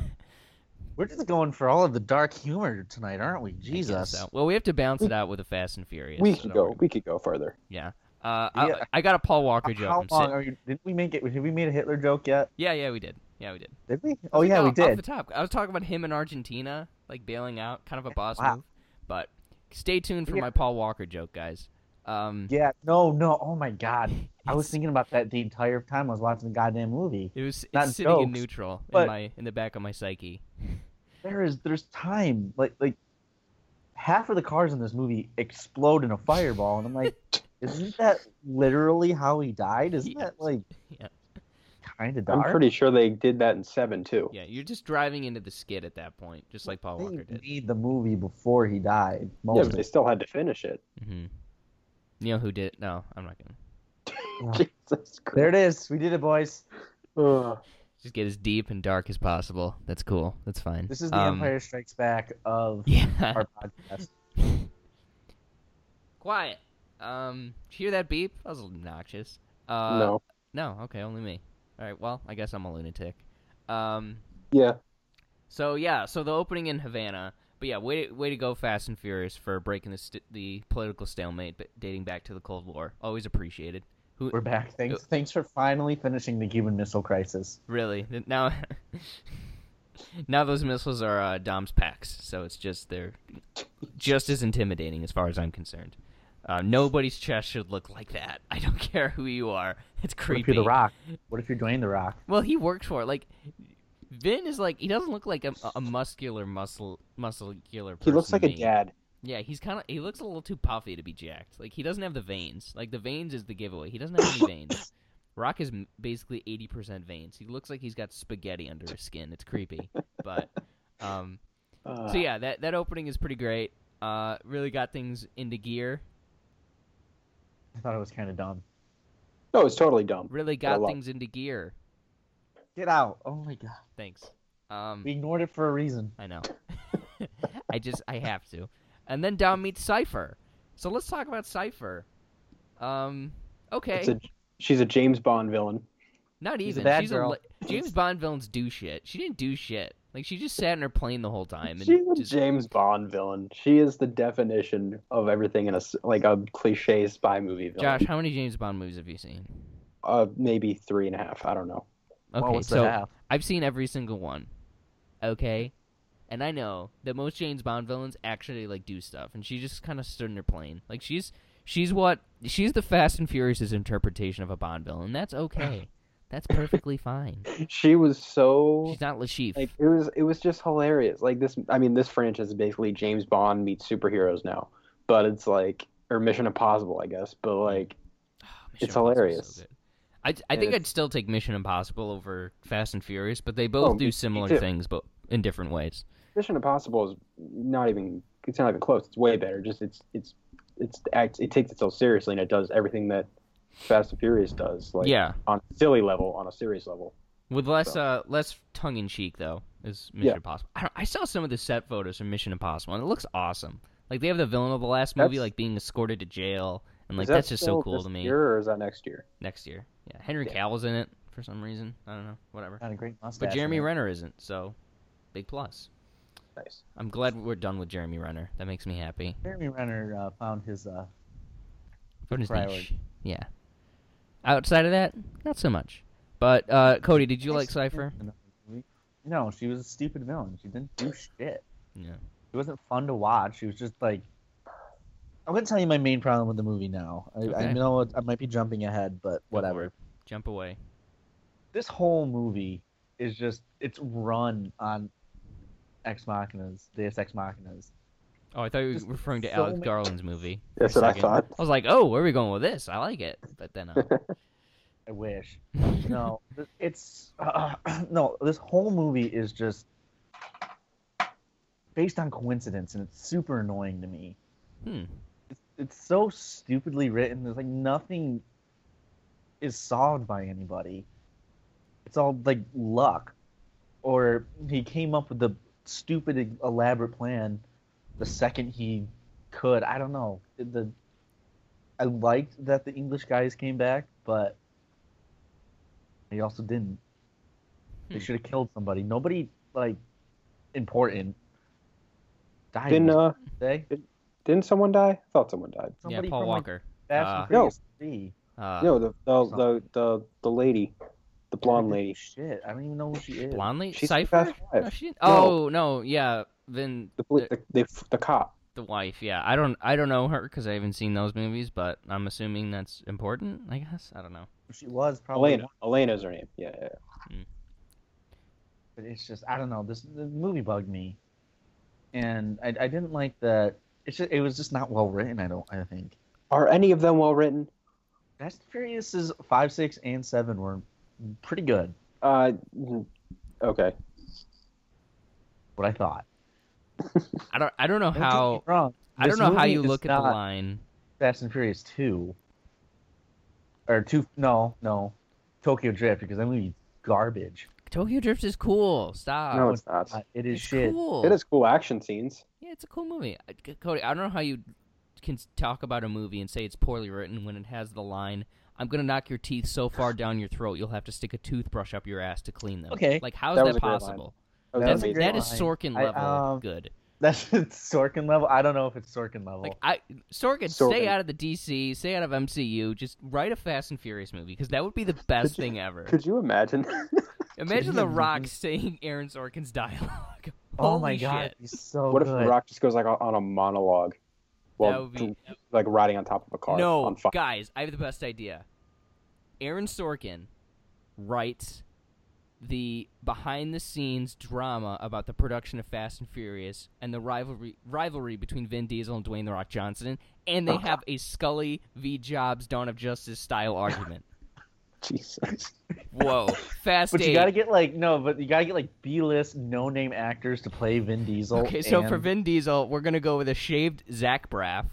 we're just going for all of the dark humor tonight, aren't we?
I guess
Jesus.
so. Well, we have to balance it out with a Fast and Furious.
we
so
could
don't
go.
worry.
We could go further.
Yeah. Uh,
Yeah.
I, I got a Paul Walker joke.
How
I'm
long
sit-
are you? Did we make it? Have we made a Hitler joke yet?
Yeah, yeah, we did. Yeah, we did.
Did we? Oh
No,
yeah, we
off the
did.
top, I was talking about him in Argentina, like bailing out, kind of a boss
Wow.
move. But stay tuned for
Yeah.
my Paul Walker joke, guys. Um,
Yeah. No, no. Oh my God. I was thinking about that the entire time I was watching the goddamn movie.
it was
Not
it's sitting in
jokes,
neutral in
but-
my in the back of my psyche.
There is. There's time. Like like. Half of the cars in this movie explode in a fireball, and
<laughs>
I'm like, isn't that literally how he died? Isn't
Yes.
that like
Yeah.
kind of
I'm
dark?
pretty sure they did that in seven too.
Yeah, you're just driving into the skid at that point, just like Paul Walker
They
did.
made the movie before he died.
yeah,
Most
but
of
they <laughs>
it.
still had to finish it.
hmm You know who did? No, I'm not gonna.
Jesus Christ.
There it is. We did it, boys.
Ugh.
Just get as deep and dark as possible. That's cool. That's fine.
This is the
Um,
Empire Strikes Back of
<laughs> Yeah.
our podcast.
Quiet. Um, did you hear that beep? That was obnoxious. Uh,
no.
No. Okay, only me. All right. Well, I guess I'm a lunatic. Um.
Yeah.
So yeah. So the opening in Havana. But yeah, way way to go, Fast and Furious, for breaking the st- the political stalemate but dating back to the Cold War. Always appreciated. Who
We're back. Thanks. Thanks for finally finishing the Cuban Missile Crisis.
really Th- now? <laughs> now those missiles are uh, Dom's packs, so it's just they're just as intimidating as far as I'm concerned. Uh, nobody's chest should look like that. I don't <laughs> care who you are. It's
What
creepy.
if you're The Rock? What if you're Dwayne The Rock?
Well, he works for it. Like Vin is like he doesn't look like a, a muscular muscle muscular.
He looks
person
like
to
a
me.
dad.
Yeah, he's kind of he looks a little too puffy to be jacked. Like he doesn't have the veins. Like the veins is the giveaway. He doesn't have
<laughs>
any veins. Rock is m- basically eighty percent veins. He looks like he's got spaghetti under his skin. It's creepy, but um,
<laughs> Uh,
so yeah, that that opening is pretty great. Uh, really got things into gear.
I thought it was kind of dumb.
No, it's totally dumb.
Really
I
got
love-
things into gear.
Get out. Oh my god.
Thanks. Um,
We ignored it for a reason.
I know. <laughs> I just I have to. And then down meets Cipher. So let's talk about Cipher. Um, okay,
It's a, she's a James Bond villain.
not
she's a
even.
bad
she's
girl.
li-
<laughs>
James Bond villains do shit. She didn't do shit. Like she just sat in her plane the whole time and
She's a
just
James Bond villain. She is the definition of everything in a s- like a cliche spy movie villain.
Josh, how many James Bond movies have you seen?
uh, maybe three and a half. I don't know.
Okay,
what was
so
the half?
I've seen every single one. Okay? And I know that most James Bond villains actually like do stuff and she just kind of stood in her plane. Like she's she's what she's the Fast and Furious' interpretation of a Bond villain. That's
<sighs>
okay. That's perfectly fine.
She was so
She's not Lashif.
like it was it was just hilarious. Like this, I mean, this franchise is basically James Bond meets superheroes now, but it's like or Mission Impossible, I guess. But
Mm.
like,
Oh,
it's hilarious.
I, I think I'd
it's-
still take Mission Impossible over Fast and Furious, but they both
Oh, me-
do
me
similar
too.
things, but in different ways.
Mission Impossible is not even it's not even close. It's way better. Just it's it's it's act it takes itself seriously and it does everything that Fast and Furious does. Like
yeah,
on a silly level, on a serious level.
With less
So-
uh less tongue in cheek though is Mission
Yeah.
Impossible. I, don't- I saw some of the set photos from Mission Impossible and it looks awesome. Like they have the villain of the last movie
That's-
like being escorted to jail and like
Is that
that's just so
still
cool
this
to me.
Year or is that next year?
Next year, yeah, Henry
Yeah.
Cavill's in it for some reason. I don't know, whatever.
Got a great mustache.
But Jeremy
in it.
Renner isn't, so big plus.
Nice.
I'm glad we're done with Jeremy Renner. That makes me happy.
Jeremy Renner uh, found his. Uh,
From his
Priority.
niche. Yeah. Outside of that, not so much. But uh, Cody, did you like Cipher?
No, she was a stupid villain. She didn't do shit.
Yeah.
She wasn't fun to watch. She was just like. I'm gonna tell you my main problem with the movie now. I, I
Okay.
know it- I might be jumping ahead, but whatever.
Jump away.
this whole movie is just it's run on ex machinas, Deus ex machinas.
Oh, I thought you
Just
were referring to
so
Alec
many-
Garland's movie.
That's
for a
what I
second.
thought.
I was like, oh, where are we going with this? I like it. But then,
<laughs>
uh, <laughs>
I wish. No, th- it's uh, <clears throat> no. This whole movie is just based on coincidence, and it's super annoying to me.
hmm.
It's so stupidly written. There's like nothing is solved by anybody. It's all like luck, or he came up with the stupid elaborate plan the second he could. I don't know. The I liked that the English guys came back, but they also didn't. They
Hmm.
should have killed somebody. Nobody like important died.
Didn't uh
they?
didn't someone die? I thought someone died.
yeah,
Somebody
Paul
from, like,
Walker.
Fast
Uh,
and Furious three.
Uh,
no, the the, the the the lady, the blonde lady.
Shit, I don't even know who she is.
Blondie?
She's
Cypher?
Fast Five.
No, she didn't-
No.
Oh, no, yeah. Then
The, poli- the, the the cop.
the wife, yeah. I don't I don't know her because I haven't seen those movies, but I'm assuming that's important, I guess. I don't know.
She was probably.
Elena. Elena's her name. Yeah, yeah.
But it's just I don't know. This the movie bugged me, and I, I didn't like that. It's just, it was just not well written. I don't. I think
Are any of them well written?
Fast and Furious is five, six, and seven were pretty good.
Uh, mm, okay.
What I thought.
I don't I don't know
Don't get me
how
wrong.
I don't
this
know how
movie
you
is
look at the
not
line.
Fast and Furious two. Or two? No, no, Tokyo Drift because that movie is garbage.
Tokyo Drift is cool. Stop.
No, it's not.
Uh, It is
It's
shit.
cool.
It is cool action scenes.
Yeah, it's a cool movie. I- C- Cody, I don't know how you can s- talk about a movie and say it's poorly written when it has the line, "I'm gonna knock your teeth so far down your throat you'll have to stick a toothbrush up your ass to clean them."
Okay.
like how's
That
that,
was a great line.
possible?
That was
That's-
amazing.
that is
line.
Sorkin
I,
level
um,
good.
<laughs> That's it's Sorkin level. I don't know if it's Sorkin level.
Like I Sorkin,
Sorkin.
stay out of the DC, stay out of MCU. Just write a Fast and Furious movie because that would be the best
you-
thing ever.
Could you imagine? <laughs>
Imagine the
you
Rock
imagine-
saying Aaron Sorkin's <laughs> dialogue.
oh my
Holy
god,
shit.
he's so
what if
good.
The Rock just goes like on- on a monologue,
Oh, That
while
would be-
dr- like riding on top of a car
No,
on fire?
guys, I have the best idea. Aaron Sorkin writes the behind the scenes drama about the production of Fast and Furious and the rivalry rivalry between Vin Diesel and Dwayne the Rock Johnson, and they have a Scully v Jobs Dawn of Justice style
<laughs>
argument.
<laughs> Jesus.
Whoa, Fast
But you
Eight.
gotta get like no, but you gotta get like B-list no-name actors to play Vin Diesel.
okay, so for
and-
Vin Diesel, we're gonna go with a shaved Zach Braff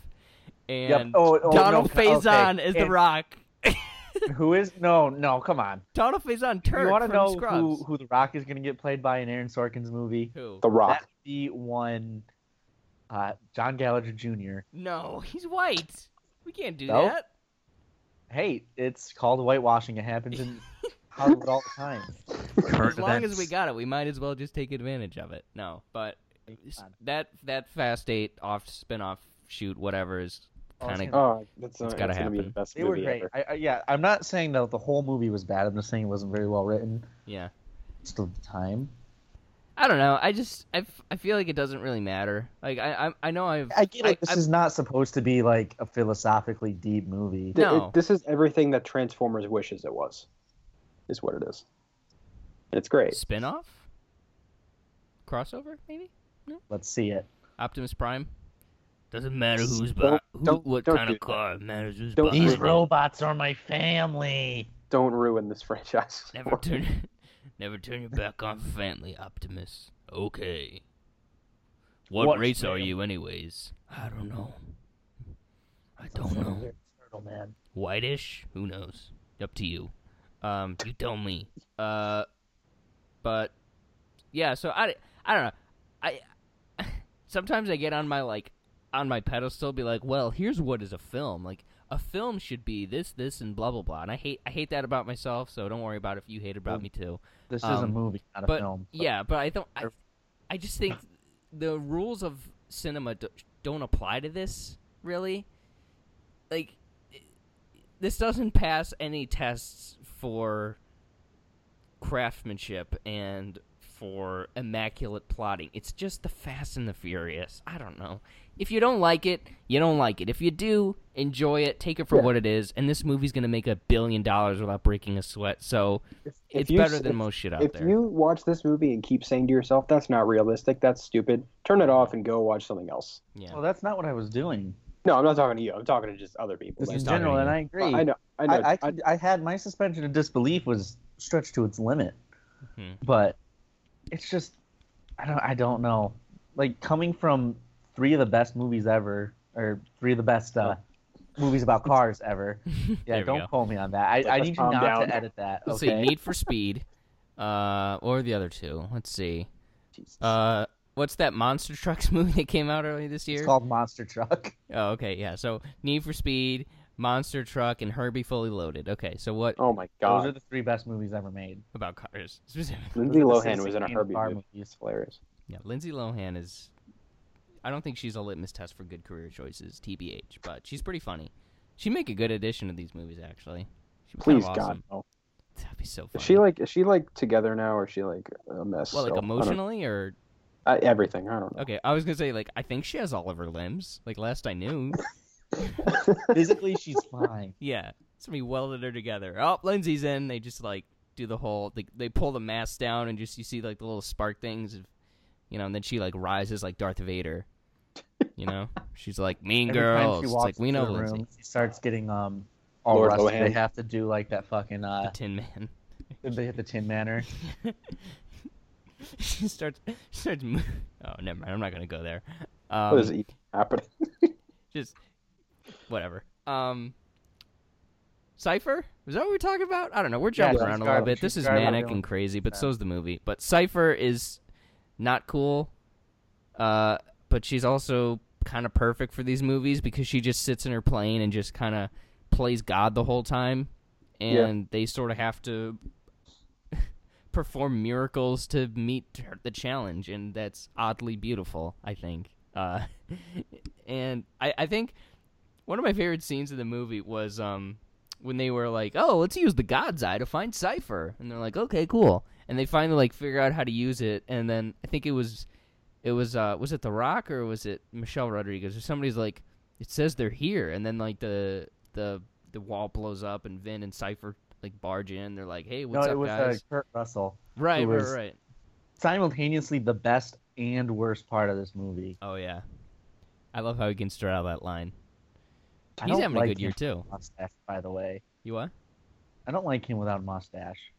and
Yep. Oh, oh,
Donald
no, okay.
Faison is the
And-
Rock.
who is no, no, come on.
Donald Faison Turk
you want
from
to know
Scrubs.
who, who the Rock is going to get played by in Aaron Sorkin's movie?
Who?
The Rock.
That'd be one, uh, John Gallagher Jr.
No, <laughs> he's white. We can't do
No?
that.
Hey, it's called whitewashing. It
<laughs>
happens in Hollywood all the time.
As long as we got it, we might as well just take advantage of it. No, but s-
God.
that that Fast Eight off spin-off shoot whatever is
Oh, it's
kind of
Oh, that's uh,
It's gotta
it's gonna be
happen.
the best
They were
movie
great.
ever.
I, I, yeah, I'm not saying that the whole movie was bad. I'm just saying it wasn't very well written.
yeah.
Just the time.
I don't know. I just I, f- I feel like it doesn't really matter. Like I I, I know I've
I get it.
I-
this
I'm-
is not supposed to be like a philosophically deep movie.
Th-
No.
it- this is everything that Transformers wishes it was, is what it is. It's great.
spin-off crossover maybe
Let's see it.
Optimus Prime. Doesn't matter
who's Don't- bu- who- don't- what don't kind of do that.
car matters who's
Don't- behind These it.
robots are my family.
Don't ruin this <laughs> franchise.
Never turn, <laughs> never turn your back on family, Optimus. Okay. What,
What
race are
fam-
you, anyways? I don't know. I don't know.
Turtle man.
Whitish? Who knows? Up to you. Um, you tell me. Uh, but yeah. So I, I don't know. I <laughs> sometimes I get on my like on my pedestal, be like, well, here's what is a film. Like a film should be this, this, and blah blah blah. And I hate I hate that about myself. So don't worry about it if you hate about me too.
This is a
Um,
movie, not a
but
film.
Yeah, but I don't. I, I just think the rules of cinema d- don't apply to this really. Like, i- this doesn't pass any tests for craftsmanship and for immaculate plotting. It's just the Fast and the Furious. I don't know. If you don't like it, you don't like it. If you do, enjoy it, take it for what it is. And this movie's going to make a billion dollars without breaking a sweat. So
If- if
it's
you
better
s-
than
if-
most shit out
If
there.
you watch this movie and keep saying to yourself, "That's not realistic. That's stupid," turn it off and go watch something else.
Yeah.
Well, that's not what I was doing.
No, I'm not talking to you. I'm talking to just other people.
This
Like,
is
not
general, and
really-
I agree.
I know. I know.
I, I, could- I had my suspension of disbelief was stretched to its limit,
Mhm.
but it's just I don't I don't know. Like coming from three of the best movies ever, or three of the best uh, movies
<laughs>
about cars ever.
There
Yeah,
we
don't
go.
quote me on that. I,
Let's
I need you
calm
not
down.
to edit that.
Let's
Okay.
see, Need for Speed, uh, or the other two. Let's see.
Jesus.
Uh, what's that Monster Trucks <laughs> movie that came out earlier this year?
It's called Monster Truck.
<laughs>
oh, okay, yeah. So Need for Speed, Monster Truck, and Herbie Fully Loaded. Okay, so what
oh my
Those are
god,
the three best movies ever made.
about cars <laughs> specifically?
Lindsay
those are the
Lohan
six
was in a
King of
Herbie
Car
movie. It's
movies.
hilarious.
Yeah, Lindsay Lohan is. I don't think she's a litmus test for good career choices, tbh. But she's pretty funny. She'd make a good addition to these movies, actually. She'd be kind
Please
of
God,
awesome.
no.
that'd be so funny.
Is she like is she like together now, or is she like a mess?
well, like
still? I don't-
emotionally or
I- everything. I don't know.
okay. I was gonna say like I think she has all of her limbs. Like last I knew.
Physically,
<laughs>
she's fine.
Yeah, somebody welded her together. Oh, Lindsay's in. They just like do the whole. They, they pull the mask down and just you see like the little spark things, of, you know. And then she like rises like Darth Vader. You
<laughs>
know, she's like mean
Every
girls.
time she
It's
walks
like we
into
know
the
Lindsay,
room, she starts getting um all
Lord
rusty. They
Lohan.
have to do like that fucking
the
uh,
Tin Man. <laughs>
they hit the Tin Manor.
she starts she starts. Mo- oh, never mind. I'm not gonna go there. Um,
What is even happening? <laughs>
just whatever. Um, Cipher was that what we were talking about? I don't know. We're
Yeah,
jumping
she's
around a
garbage.
little bit. This
She's
is
garbage.
manic and crazy, but so's the movie. But Cipher is not cool. Uh, but she's also kind of perfect for these movies because she just sits in her plane and just kind of plays God the whole time,
Yeah.
and they sort of have to <laughs> perform miracles to meet her, the challenge, and that's oddly beautiful. I think. Uh, <laughs> and I, I think one of my favorite scenes in the movie was um when they were like, "Oh, let's use the God's Eye to find Cipher," and they're like, "Okay, cool," and they finally like figure out how to use it, and then I think it was it was uh was it The Rock or was it Michelle Rodriguez or somebody's like, "It says they're here," and then like the the the wall blows up and Vin and Cipher like barge in. They're like, "Hey,
No,
what's
it
up,
was uh,
guys?"
Kurt Russell.
right,
it was-
right, right.
Simultaneously, the best and worst part of this movie.
Oh yeah, I love how he can straddle that line.
I
He's
don't
having a
like
good year
him
too.
without a Mustache, by the way.
You what?
I don't like him without a mustache.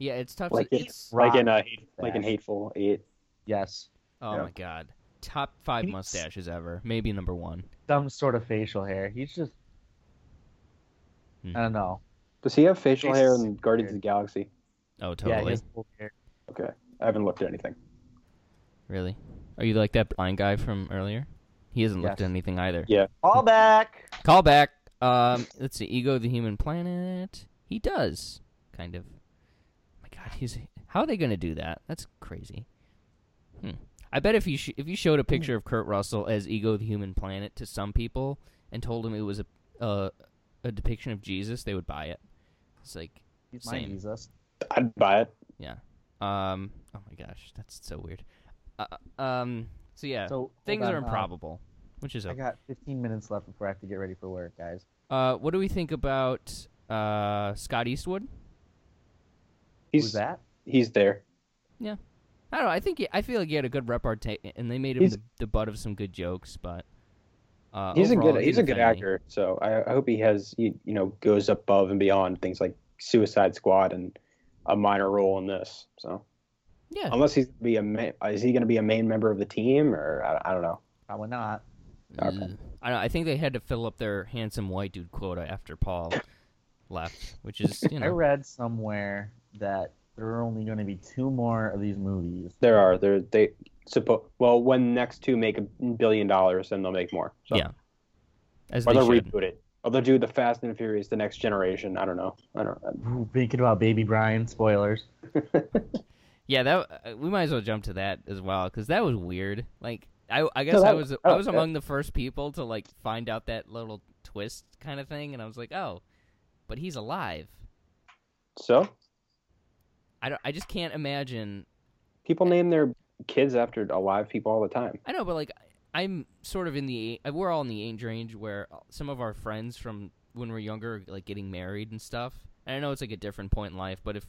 Yeah, it's tough.
Like
to,
it-
it's
like in
rock
uh, hate, like in
fast.
Hateful E. Eight.
Yes,
Oh
Yeah.
my god. Top five
He's-
mustaches ever. Maybe number one.
some sort of facial hair. He's just.
Hmm.
I don't know.
Does he have facial
He's
hair in Guardians of the Galaxy?
Oh,
Yeah, he
totally.
has full hair.
Okay, I haven't looked at anything.
Really? Are you like that blind guy from earlier? He hasn't looked
Yes.
at anything either.
Yeah,
All back.
Call back. Um, let's see. Ego, the human planet. He does kind of. Oh My God, he's. How are they going to do that? That's crazy. Hmm. I bet if you sh- if you showed a picture of Kurt Russell as Ego, the human planet, to some people and told them it was a a, a depiction of Jesus, they would buy it. It's like
He's my
Same.
Jesus.
I'd buy it.
yeah. Um. Oh my gosh, that's so weird. Uh, um. So yeah,
So hold
things
on,
are
uh,
improbable, which is
I
okay.
got 15 minutes left before I have to get ready for work, guys.
Uh, what do we think about uh, Scott Eastwood?
He's
Who's that?
he's there.
I don't know. I think he, I feel like he had a good repartee, and they made him
He's-
the, the butt of some good jokes. But uh,
He's a
overall,
good
it
he's a
didn't
good
offend me.
actor. So I, I hope he has you, you know goes above and beyond things like Suicide Squad and a minor role in this. So
Yeah,
unless he's gonna be a ma- is he going to be a main member of the team or I, I don't know.
Probably not.
Mm. I, don't know, I think they had to fill up their handsome white dude quota after Paul left, which is
<laughs>
you
I
know
read somewhere that there are only going to be two more of these movies.
There are there they suppo- well when next two make a billion dollars then they'll make more. So.
Yeah, as
or
they
they'll
should.
reboot it. Or they'll do the Fast and Furious, the Next Generation. I don't know. I don't.
Ooh, thinking about Baby Brian. Spoilers.
Yeah, that uh, we might as well jump to that as well because that was weird. Like I, I guess
that-
I was
oh,
I was
yeah.
among the first people to like find out that little twist kind of thing, and I was like, oh, but he's alive.
So
I don't. I just can't imagine.
people name their kids after alive people all the time.
I know, but like I'm sort of in the we're all in the age range where uh, some of our friends from when we're younger are like getting married and stuff. And I know it's like a different point in life, but if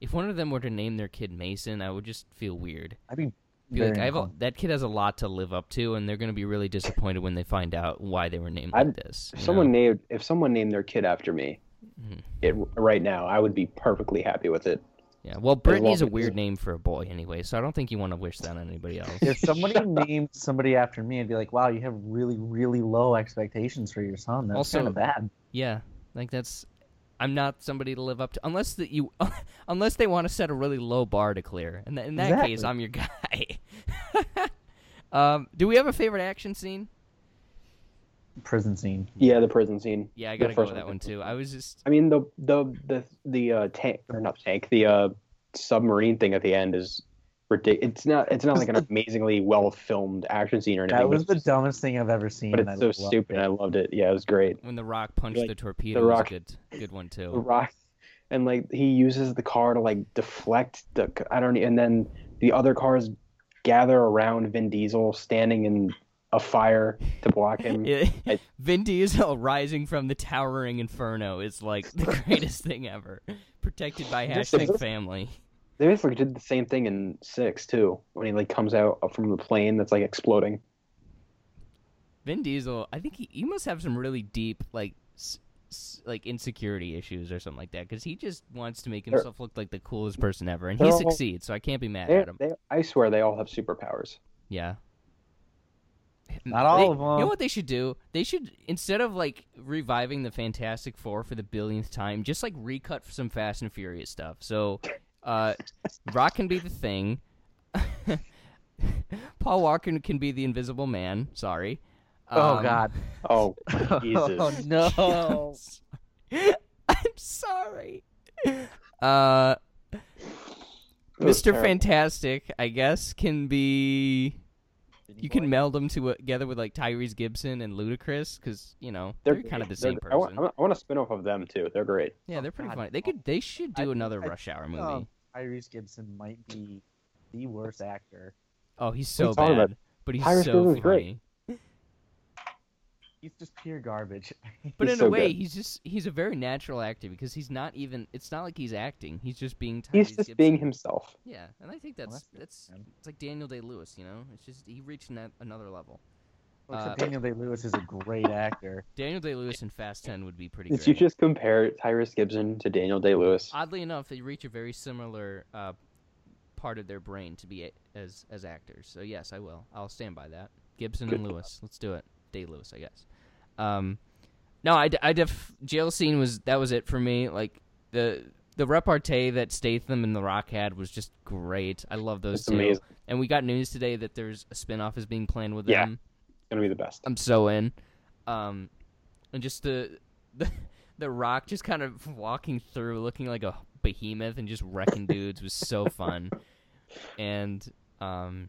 if one of them were to name their kid Mason, I would just feel weird.
I'd be,
Be like,
very
I have a,
uncomfortable.
that kid has a lot to live up to, and they're going to be really disappointed when they find out why they were named
I'd-
like this.
If
you
someone
know?
named if someone named their kid after me,
Mm-hmm.
Mhm.
it right now, I would be perfectly happy with it.
yeah. Well, Brittany's a
Walker.
weird name for a boy anyway, so I don't think you want to wish that on anybody else. <laughs>
If somebody <laughs> named somebody after me, I'd be like, wow, you have really, really low expectations for your son. That's
Also-
kind of bad.
Yeah, like that's. I'm not somebody to live up to unless that you <laughs> unless they want to set a really low bar to clear. And th- in that case,
Exactly.
I'm your guy. <laughs> um, do we have a favorite action scene?
Prison scene.
Yeah, the prison scene.
Yeah, I
The
gotta go
first
with that one too. I was just
I mean the the the the uh, tank or not tank the uh, submarine thing at the end is ridiculous. It's not it's not like an
<laughs>
amazingly well filmed action scene or anything.
That was
but
the dumbest thing I've ever seen.
it's-
and I
but it's so
loved
stupid.
it.
I loved it. Yeah, it was great.
when the Rock punched
Like,
the torpedo.
The
was a
Rock-
good good one
the
too.
rock and like he uses the car to like deflect the i don't e, and then the other cars gather around vin diesel standing in a fire to
<laughs>
block him I-
Vin Diesel rising from the towering inferno is like the greatest thing ever. Protected by
Just-
hashtag family.
they basically did the same thing in six too when he like comes out from the plane that's like exploding
Vin Diesel, I think he, he must have some really deep like s- s- like insecurity issues or something like that because he just wants to make
They're-
himself look like the coolest person ever, and he
they're all-
succeeds. So I can't be mad
they,
at him.
they, i swear they all have superpowers
Yeah.
Not all
They-
of 'em.
You know what they should do? They should instead of like reviving the Fantastic Four for the billionth time, just like recut some Fast and Furious stuff. So,
<laughs>
uh, Rock can be the Thing. <laughs> Paul Walker can be the Invisible Man. Sorry.
Oh,
Um, <laughs>
God.
oh jesus
Oh, no. <laughs>
I'm sorry. Uh,
It was
Mr.
terrible.
Fantastic, I guess, can be. You can meld them to, uh, together with like Tyrese Gibson and Ludacris because you know they're, kind of the
they're-
same
I want,
person.
I want- I want a spin-off of them too they're great
yeah, they're pretty
God.
funny. They could, they should do
I think-
another
I
Rush Hour movie.
Um, Tyrese Gibson might be the worst actor.
oh, he's
are
so
you talking about?
bad, but he's
Tyrese
so funny.
Gibson's great.
He's just pure garbage. <laughs>
But
He's
in
so
a way,
good.
he's just—he's a very natural actor because he's not even. It's not like he's acting. He's just being. Tyrese
he's just being
Gibson.
himself
Yeah, and I think that's
that's good,
that's
man.
it's like Daniel Day Lewis, you know. It's just he reached that another level.
Except
uh,
Daniel Day Lewis is a great actor.
Daniel Day Lewis in Fast Ten would be pretty.
did
Great.
you just compare tyrese gibson to daniel day-lewis
Oddly enough, they reach a very similar uh, part of their brain to be a- as as actors. So yes, I will. I'll stand by that. Gibson and Lewis. Let's do it. Day Lewis, I guess. Um, No, I, d- I def jail scene was that was it for me. Like the the repartee that Statham and The Rock had was just great. I love those
It's
two.
amazing.
And we got news today that there's a spinoff is being planned with
Yeah.
them.
gonna be the best.
I'm so in. Um, and just the the <laughs> the Rock just kind of walking through, looking like a behemoth and just
<laughs>
wrecking dudes was so fun. And um,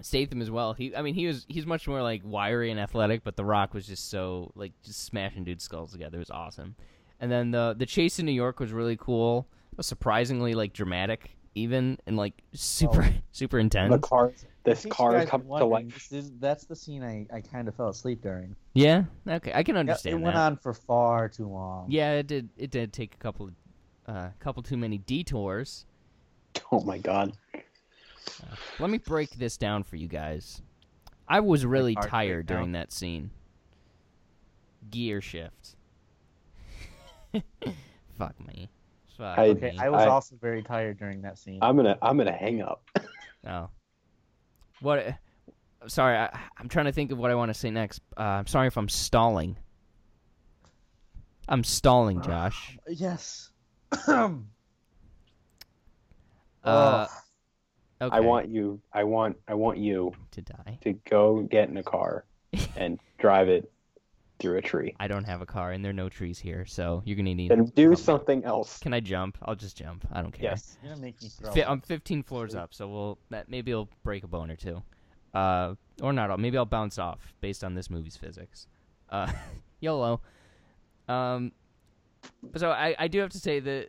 Statham as well. He, I mean, he was he's much more like wiry and athletic, but the Rock was just so like just smashing dudes' skulls together. It was awesome. And then the the chase in New York was really cool. It was surprisingly like dramatic, even and like
Oh.
super <laughs> super intense.
The car, this
In case you
car
guys
comes
were
to
wondering,
life.
This is, that's the scene I, I kind of fell asleep during.
Yeah. Okay, I can
Yeah,
understand
it
that.
went on for far too long.
Yeah, it did. It did take a couple, uh, couple too many detours.
<laughs> Oh my god.
Let me break this down for you guys. I was really
hard to break
tired
down.
during that scene. Gear shift. <laughs> Fuck me. Fuck
I-
Okay,
me.
I Uh, was
I-
also very tired during that scene.
I'm gonna I'm gonna hang up.
Oh. What? I'm sorry. I, I'm trying to think of what I want to say next. Uh, I'm sorry if I'm stalling. I'm stalling, Josh.
yes. <clears throat> oh,
Uh, okay.
I want you I want I want you
to die.
to go get in
<laughs>
a car and drive it through a tree.
I don't have a car, and there are no trees here, so you're gonna need.
Then do
help.
something else.
Can I jump? I'll just jump. I don't care.
Yes.
you're gonna make me throw.
Fi- um, I'm
up.
15 floors up, so we'll that maybe I'll break a bone or two, uh, or not. I'll, maybe I'll bounce off based on this movie's physics. Uh, <laughs> YOLO. Um, so I, I do have to say that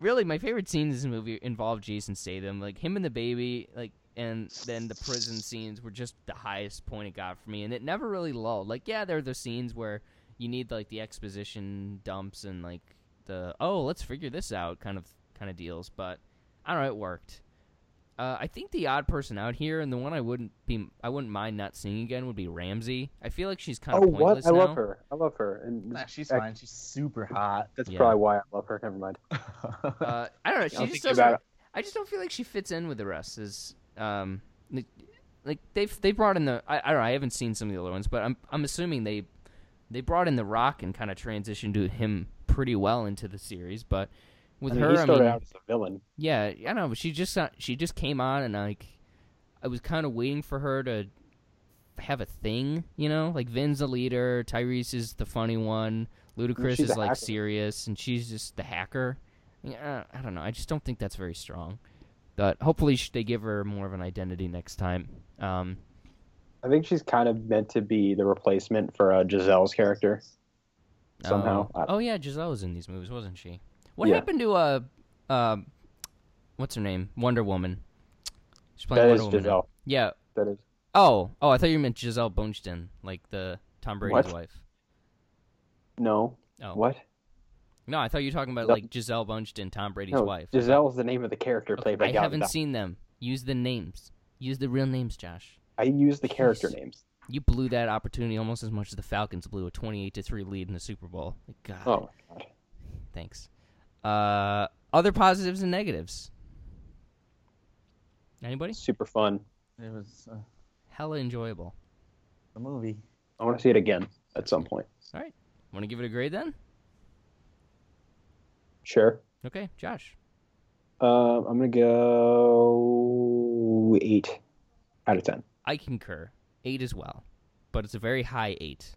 really my favorite scenes in this movie involve Jason Statham, like him and the baby, like and then the prison scenes were just the highest point it got for me, and it never really lulled. Like yeah, there are the scenes where you need like the exposition dumps and like the oh let's figure this out kind of kind of deals, but I don't know it worked. Uh, I think the odd person out here and the one I wouldn't be I wouldn't mind not seeing again would be Ramsey. I feel like she's kind
Oh
of pointless
what? I
now.
love her. I love her. And
Nah, she's
I-
fine. She's super hot.
that's
Yeah.
probably why I love her. Never mind.
Uh, I don't know. She
I'll
just
think
doesn't.
about it.
I just don't feel like she fits in with the rest. Is um, like- like they've they brought in the I, I don't know. I haven't seen some of the other ones, but I'm I'm assuming they they brought in the Rock and kind of transitioned to him pretty well into the series. But with
I mean,
her,
he
I
started
mean,
out as a villain.
yeah, I don't know. But she just not, she just came on and like I was kind of waiting for her to have a thing, you know? Like Vin's the leader, Tyrese is the funny one, Ludacris is
she's a
like
hacker.
serious, and she's just the hacker. Yeah, I don't know. I just don't think that's very strong. But hopefully sh- they give her more of an identity next time. Um,
I think she's kind of meant to be the replacement for uh, Giselle's character. Somehow.
Oh,
I-
oh, yeah, Giselle was in these movies, wasn't she? What
Yeah.
happened to uh, um, what's her name? Wonder Woman. She's playing
that is
Wonder Woman. now.
Giselle.
Yeah.
That is.
Oh, oh, I thought you meant Giselle Bundchen, like the Tom Brady's
What?
wife.
No.
Oh.
What?
No, I thought you were talking about
No.
like Giselle Bundchen, Tom Brady's
no.
wife.
Giselle is the name of the character
Okay,
played by
I
Gal
haven't
Gadot.
seen them. Use the names. Use the real names, Josh.
I use the character
Jeez.
names.
You blew that opportunity almost as much as the Falcons blew a 28 to 3 lead in the Super Bowl. God,
Oh my god.
thanks. Uh, other positives and negatives. Anybody?
Super fun.
It was uh,
Hella enjoyable.
a movie.
I want to see it again at some point.
All right. Want to give it a grade then?
Sure.
Okay, Josh.
Uh, I'm gonna go eight out of ten.
I concur. Eight as well, but it's a very high eight.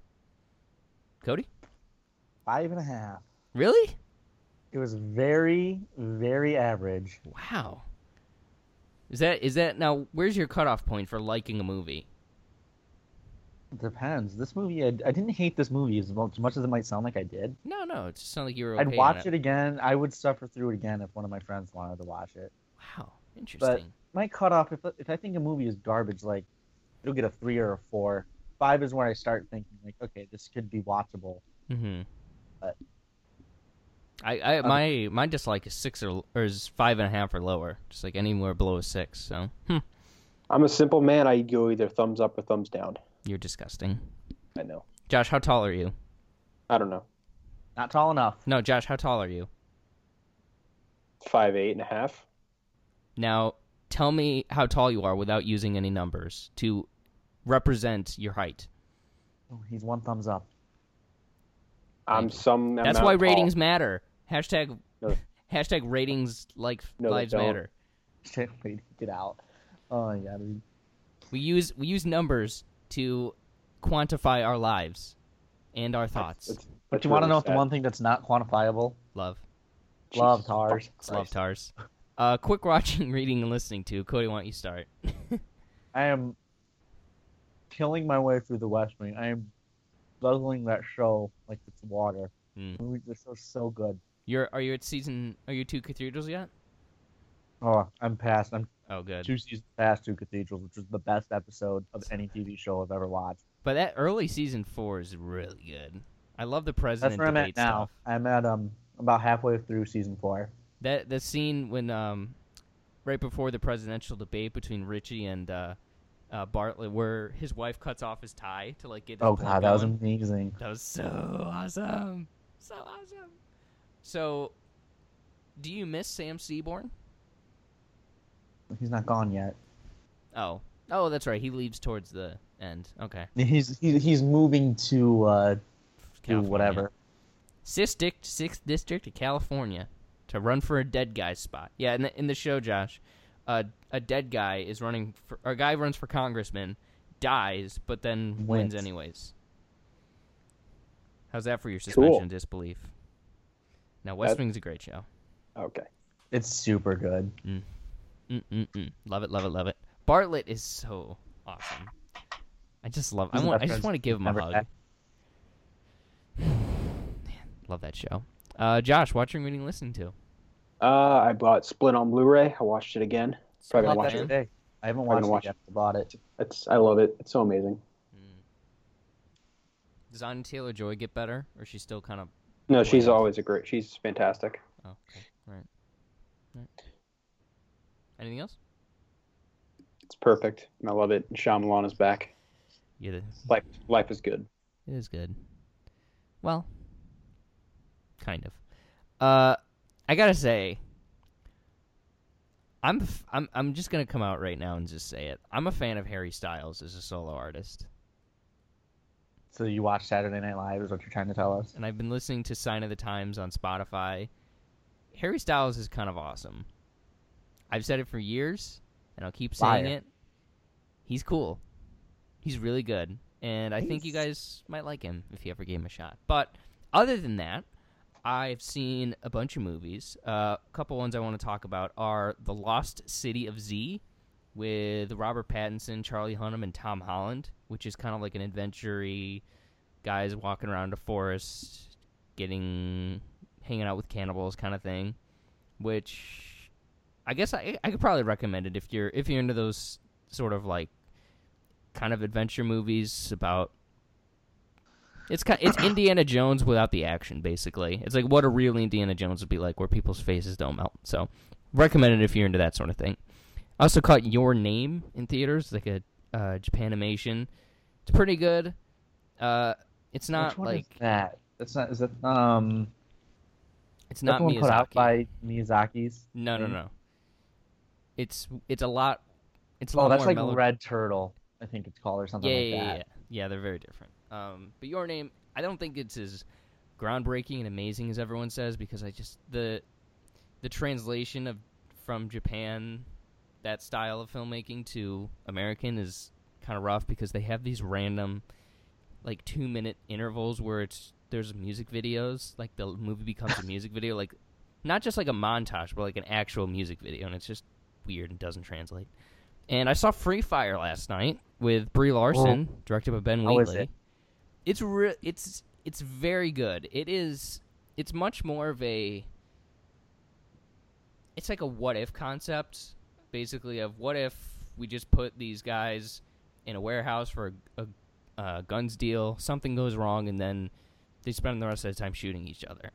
Cody,
Five and a half.
really?
It was very, very average.
Wow. Is that is that now? Where's your cutoff point for liking a movie?
Depends. This movie, I, I didn't hate this movie as much, as much as it might sound like I did.
No, no, it just sounds like you were. Okay
I'd watch it. again. I would suffer through it again if one of my friends wanted to watch it.
Wow, interesting.
My cutoff, if, if I think a movie is garbage, like it'll get a three or a four. Five is where I start thinking, like, okay, this could be watchable.
mm-hmm.
But-
I, I my my dislike is six or or is five and a half or lower, just like anywhere below a six. So hmm,
I'm a simple man. I go either thumbs up or thumbs down.
you're disgusting,
I know.
Josh. How tall are you?
I don't know.
Not tall enough.
No, Josh. How tall are you?
Five, eight and a half.
Now, tell me how tall you are without using any numbers to represent your height.
<laughs> Oh, he's one thumbs up.
I'm some.
That's
amount
why
tall.
ratings matter. Hashtag
No.
<laughs> hashtag ratings like
No, they
lives
don't.
matter.
Shit, wait, get out. Oh my god. we-
We use we use numbers to quantify our lives and our thoughts.
It's-
But
it's
you want to
really
know if the
sad.
one thing that's not quantifiable?
Love.
Love tars.
Love tars. Uh, quick watching, <laughs> reading, and listening to. Cody, why don't you start?
I am killing my way through the West Wing. I am guzzling that show like it's water.
Mm.
The movie- The show's so good.
You're are you at season are you two cathedrals yet?
Oh, I'm past. I'm
Oh good.
two seasons past Two Cathedrals, which was the best episode of any TV show I've ever watched.
But that early season four is really good. I love the president
That's where I'm
debate
at now.
stuff.
I'm at um about halfway through season four.
That the scene when um right before the presidential debate between Richie and uh, uh, Bartlett where his wife cuts off his tie to like get his
Oh
blood
god, that was
going.
amazing.
That was so awesome. So awesome. So do you miss Sam Seaborn?
He's not gone yet.
Oh. Oh, that's right. He leaves towards the end. Okay.
He's he, he's moving to uh to
California.
whatever.
sixth district, sixth district of California to run for a dead guy's spot. Yeah, in the, in the show, Josh, uh, a dead guy is running. For, or a guy runs for congressman, dies, but then wins,
Wins.
anyways. How's that for your
Cool.
suspension of disbelief? Now, West
That-
Wing's a great show.
Okay.
It's super good.
Mm-mm-mm. Love it, love it, love it. Bartlett is so awesome. I just love. I
He's the
want.
best
I just
friend
want to give him a
I've
hug.
ever had.
Love that show. Uh, Josh, watching, reading, listening to.
Uh, I bought Split on Blu-ray. I watched it again.
Split,
Probably gonna watch
man.
it.
today. I haven't
Probably
watched
gonna
it
watch
yet. I bought it.
It's I love it. It's so amazing.
Does Anya Taylor Joy get better, or she's still kind of?
No, she's
Wow.
always a great. She's fantastic.
Oh, okay. right. right. Anything else?
It's perfect. and I love it. And Shyamalan is back.
Yeah, it
Life, life is good.
is good. Well, kind of. Uh, I gotta say, I'm f- I'm I'm just gonna come out right now and just say it. I'm a fan of Harry Styles as a solo artist,
So you watch Saturday Night Live is what you're trying to tell us.
and I've been listening to Sign of the Times on Spotify. Harry Styles is kind of awesome. I've said it for years, and I'll keep saying
Liar.
it. He's cool. He's really good, and I think you
Nice.
guys might like him if you ever gave him a shot. But other than that, I've seen a bunch of movies. Uh, a couple ones I want to talk about are The Lost City of Z with Robert Pattinson, Charlie Hunnam, and Tom Holland, which is kind of like an adventure guys walking around a forest, getting hanging out with cannibals kind of thing. Which I guess I I could probably recommend it if you're if you're into those sort of like kind of adventure movies about it's kind it's Indiana Jones without the action basically. It's like what a real Indiana Jones would be like where people's faces don't melt. So recommend it if you're into that sort of thing. I also caught Your Name in theaters, like a uh, Japanimation. It's pretty good. Uh, it's not
Which one
like
is that. That's not. Is that um?
it's not
Not the one
Miyazaki.
put out by Miyazaki's.
No, no,
thing?
no. It's it's a lot. It's a lot
Oh, that's
more
like
mellow-
Red Turtle. I think it's called or something
yeah,
like
yeah,
that.
yeah, yeah. They're very different. Um, but your name, I don't think it's as groundbreaking and amazing as everyone says because I just the the translation of from Japan that style of filmmaking to American is kind of rough because they have these random like two minute intervals where it's there's music videos like the movie becomes a music video like not just like a montage but like an actual music video and it's just weird and doesn't translate and i saw free fire last night with brie larson directed by ben
How is
wheatley
it?
it's re- it's it's very good it is it's much more of a it's like a what if concept basically of what if we just put these guys in a warehouse for a, a, uh guns deal something goes wrong and then they spend the rest of the time shooting each other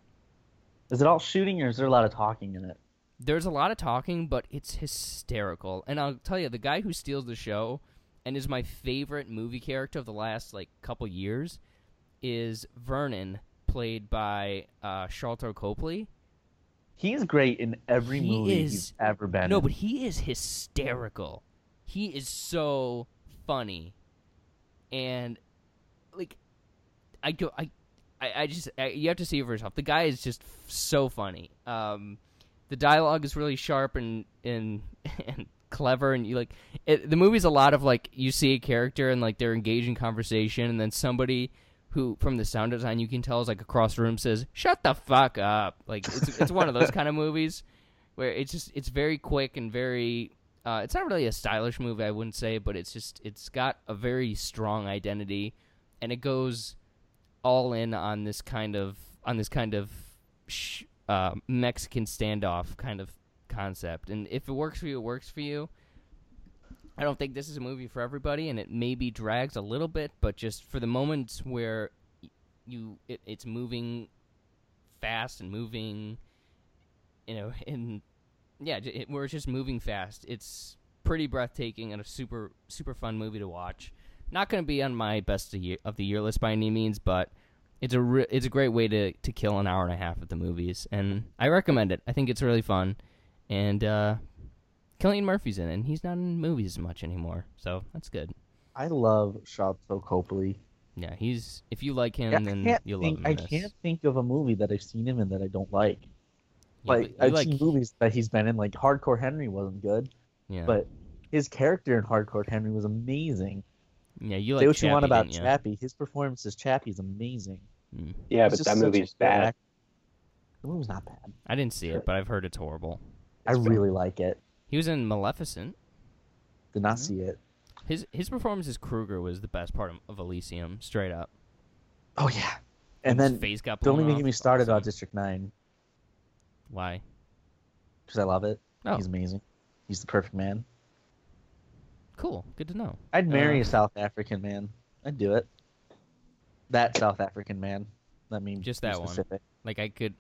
Is it all shooting or is there a lot of talking in it?
there's a lot of talking but it's hysterical and i'll tell you the guy who steals the show and is my favorite movie character of the last like couple years is vernon played by uh, Shalto copley
He's great in every
He
movie
is-
he's ever been.
No,
in.
but he is hysterical. He is so funny, and like, I go, I I, I just I, you have to see it for yourself. The guy is just f- so funny. Um, the dialogue is really sharp and and <laughs> and clever, and you like it, the movie's a lot of like you see a character and like they're engaged in conversation, and then somebody who from the sound design you can tell is like across the room says "shut the fuck up." Like it's it's one of
<laughs>
those kind of movies where it's just it's very quick and very. Uh, it's not really a stylish movie, I wouldn't say, but it's just it's got a very strong identity, and it goes all in on this kind of on this kind of sh- uh, Mexican standoff kind of concept. And if it works for you, it works for you. I don't think this is a movie for everybody, and it maybe drags a little bit, but just for the moments where y- you it, it's moving fast and moving, you know, <laughs> and yeah, j- it, where it's just moving fast, it's pretty breathtaking and a super super fun movie to watch not going to be on my best of, year, of the year list by any means, but it's a re- it's a great way to, to kill an hour and a half at the movies, and I recommend it. I think it's really fun, and uh, Killian Murphy's in it, and he's not in movies much anymore, so that's good.
I love Shotso Copley.
Yeah, he's if you like him,
Yeah, I
then
can't
you'll love
think,
him.
I
in this.
can't think of a movie that I've seen him in that I don't like.
You li-
like
you
I've
like-
seen movies that he's been in, like Hardcore Henry wasn't good,
yeah,
but his character in Hardcore Henry was amazing.
yeah, you like
Say what you want
Chappie,
about
didn't ya?
Chappie, his performance as Chappie is amazing.
Mm.
Yeah,
He's
but
just
that
such a
movie's
good
bad.
actor. The movie's not bad.
I didn't see it, but I've heard it's horrible.
I really like it.
He was in Maleficent.
Did not
Mm-hmm.
see it.
His his performance as Kruger was the best part of, of Elysium, straight up.
Oh yeah, and
his
then
face got
don't
blown
even
off.
get me started about
Awesome.
District Nine
Why?
because I love it.
Oh.
He's amazing. He's the perfect man.
Cool. Good to know.
I'd marry
Uh.
a South African man. I'd do it. That South African man. Let me
Just
be
that one.
specific.
Like I could,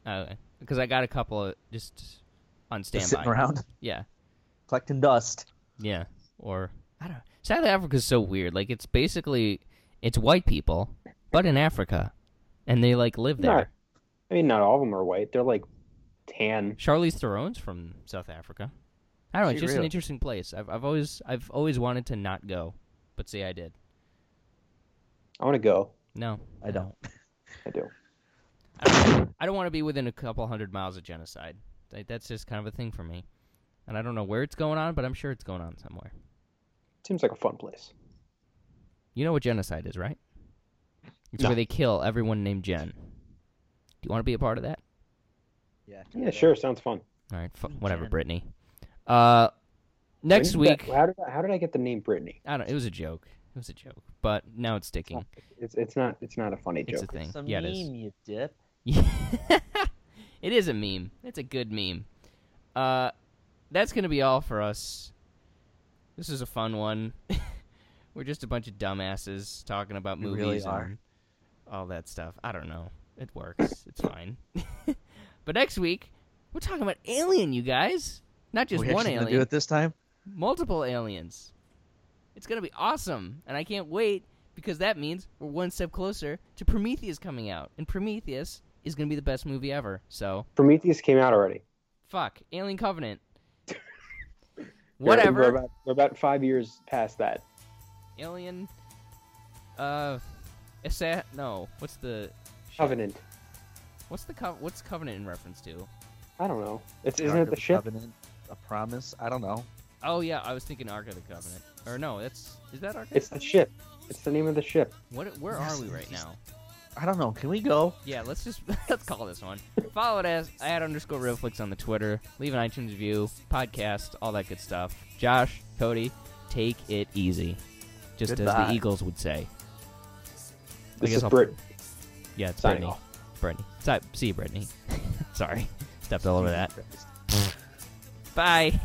because I got a couple of just on
Just
standby.
sitting around <laughs>
Yeah,
collecting dust.
yeah. Or I don't. South Africa's so weird. Like it's basically it's white people, but in Africa, and they like live
No.
there.
I mean, not all of them are white. They're like tan.
Charlize Theron's from South Africa. I don't know.
She
It's just an
really-
interesting place. I've I've always I've always wanted to not go, but see, I did.
I want to go.
No,
I don't.
I do.
I don't want to be within a couple hundred miles of genocide. Like, that's just kind of a thing for me, and I don't know where it's going on, but I'm sure it's going on somewhere.
Seems like a fun place.
You know what genocide is, right? It's
No.
where they kill everyone named Jen. Do you want to be a part of that?
<laughs> Yeah.
Yeah, sure. Sounds fun.
All right, f-
Named
whatever,
Jen.
Brittany. Uh, next
When did
week,
that- how, did, I- how did I get the name Brittany?
I don't. It was a joke. It was a joke, but now it's sticking.
It's it's not it's not a funny
Hmm. It's a
joke.
thing.
It's a
yeah,
meme,
it is.
you dip.
<laughs> it is a meme. It's a good meme. Uh, that's gonna be all for us. This is a fun one. <laughs> We're just a bunch of dumbasses talking about
We
movies
really
and
are.
all that stuff. I don't know. It works. It's fine. <laughs> but next week, we're talking about Alien, you guys. Not just
we
one
actually gonna
alien,
do it this time.
multiple aliens. It's gonna be awesome, and I can't wait because that means we're one step closer to Prometheus coming out, and Prometheus is gonna be the best movie ever. So
Prometheus came out already.
fuck Alien
<laughs>
Covenant.
We're- We're
Whatever.
about, we're about five years past that.
Alien. Uh, Assa- no. What's the shit?
Covenant.
What's the co- what's Covenant in reference to?
I don't know. It's isn't
Ark
it
of
the ship?
Covenant, a promise. I don't know.
Oh yeah, I was thinking Ark of the Covenant. Or no, that's is that Ark? of
It's the
Covenant?
ship. It's the name of the ship.
What? Where are we right now?
I don't know. Can we go?
Yeah, let's just <laughs> let's call this one. Follow it as at underscore RealFlix on the Twitter. Leave an iTunes review, podcast, all that good stuff. Josh, Cody, take it easy. Just as
Goodbye.
the Eagles would say.
This
guess
is
I'll-
Brit.
Yeah, it's
Signing
Brittany.
off.
Brittany. <laughs> Si- See you, Brittany. Sorry. Stepped all over that. Bye.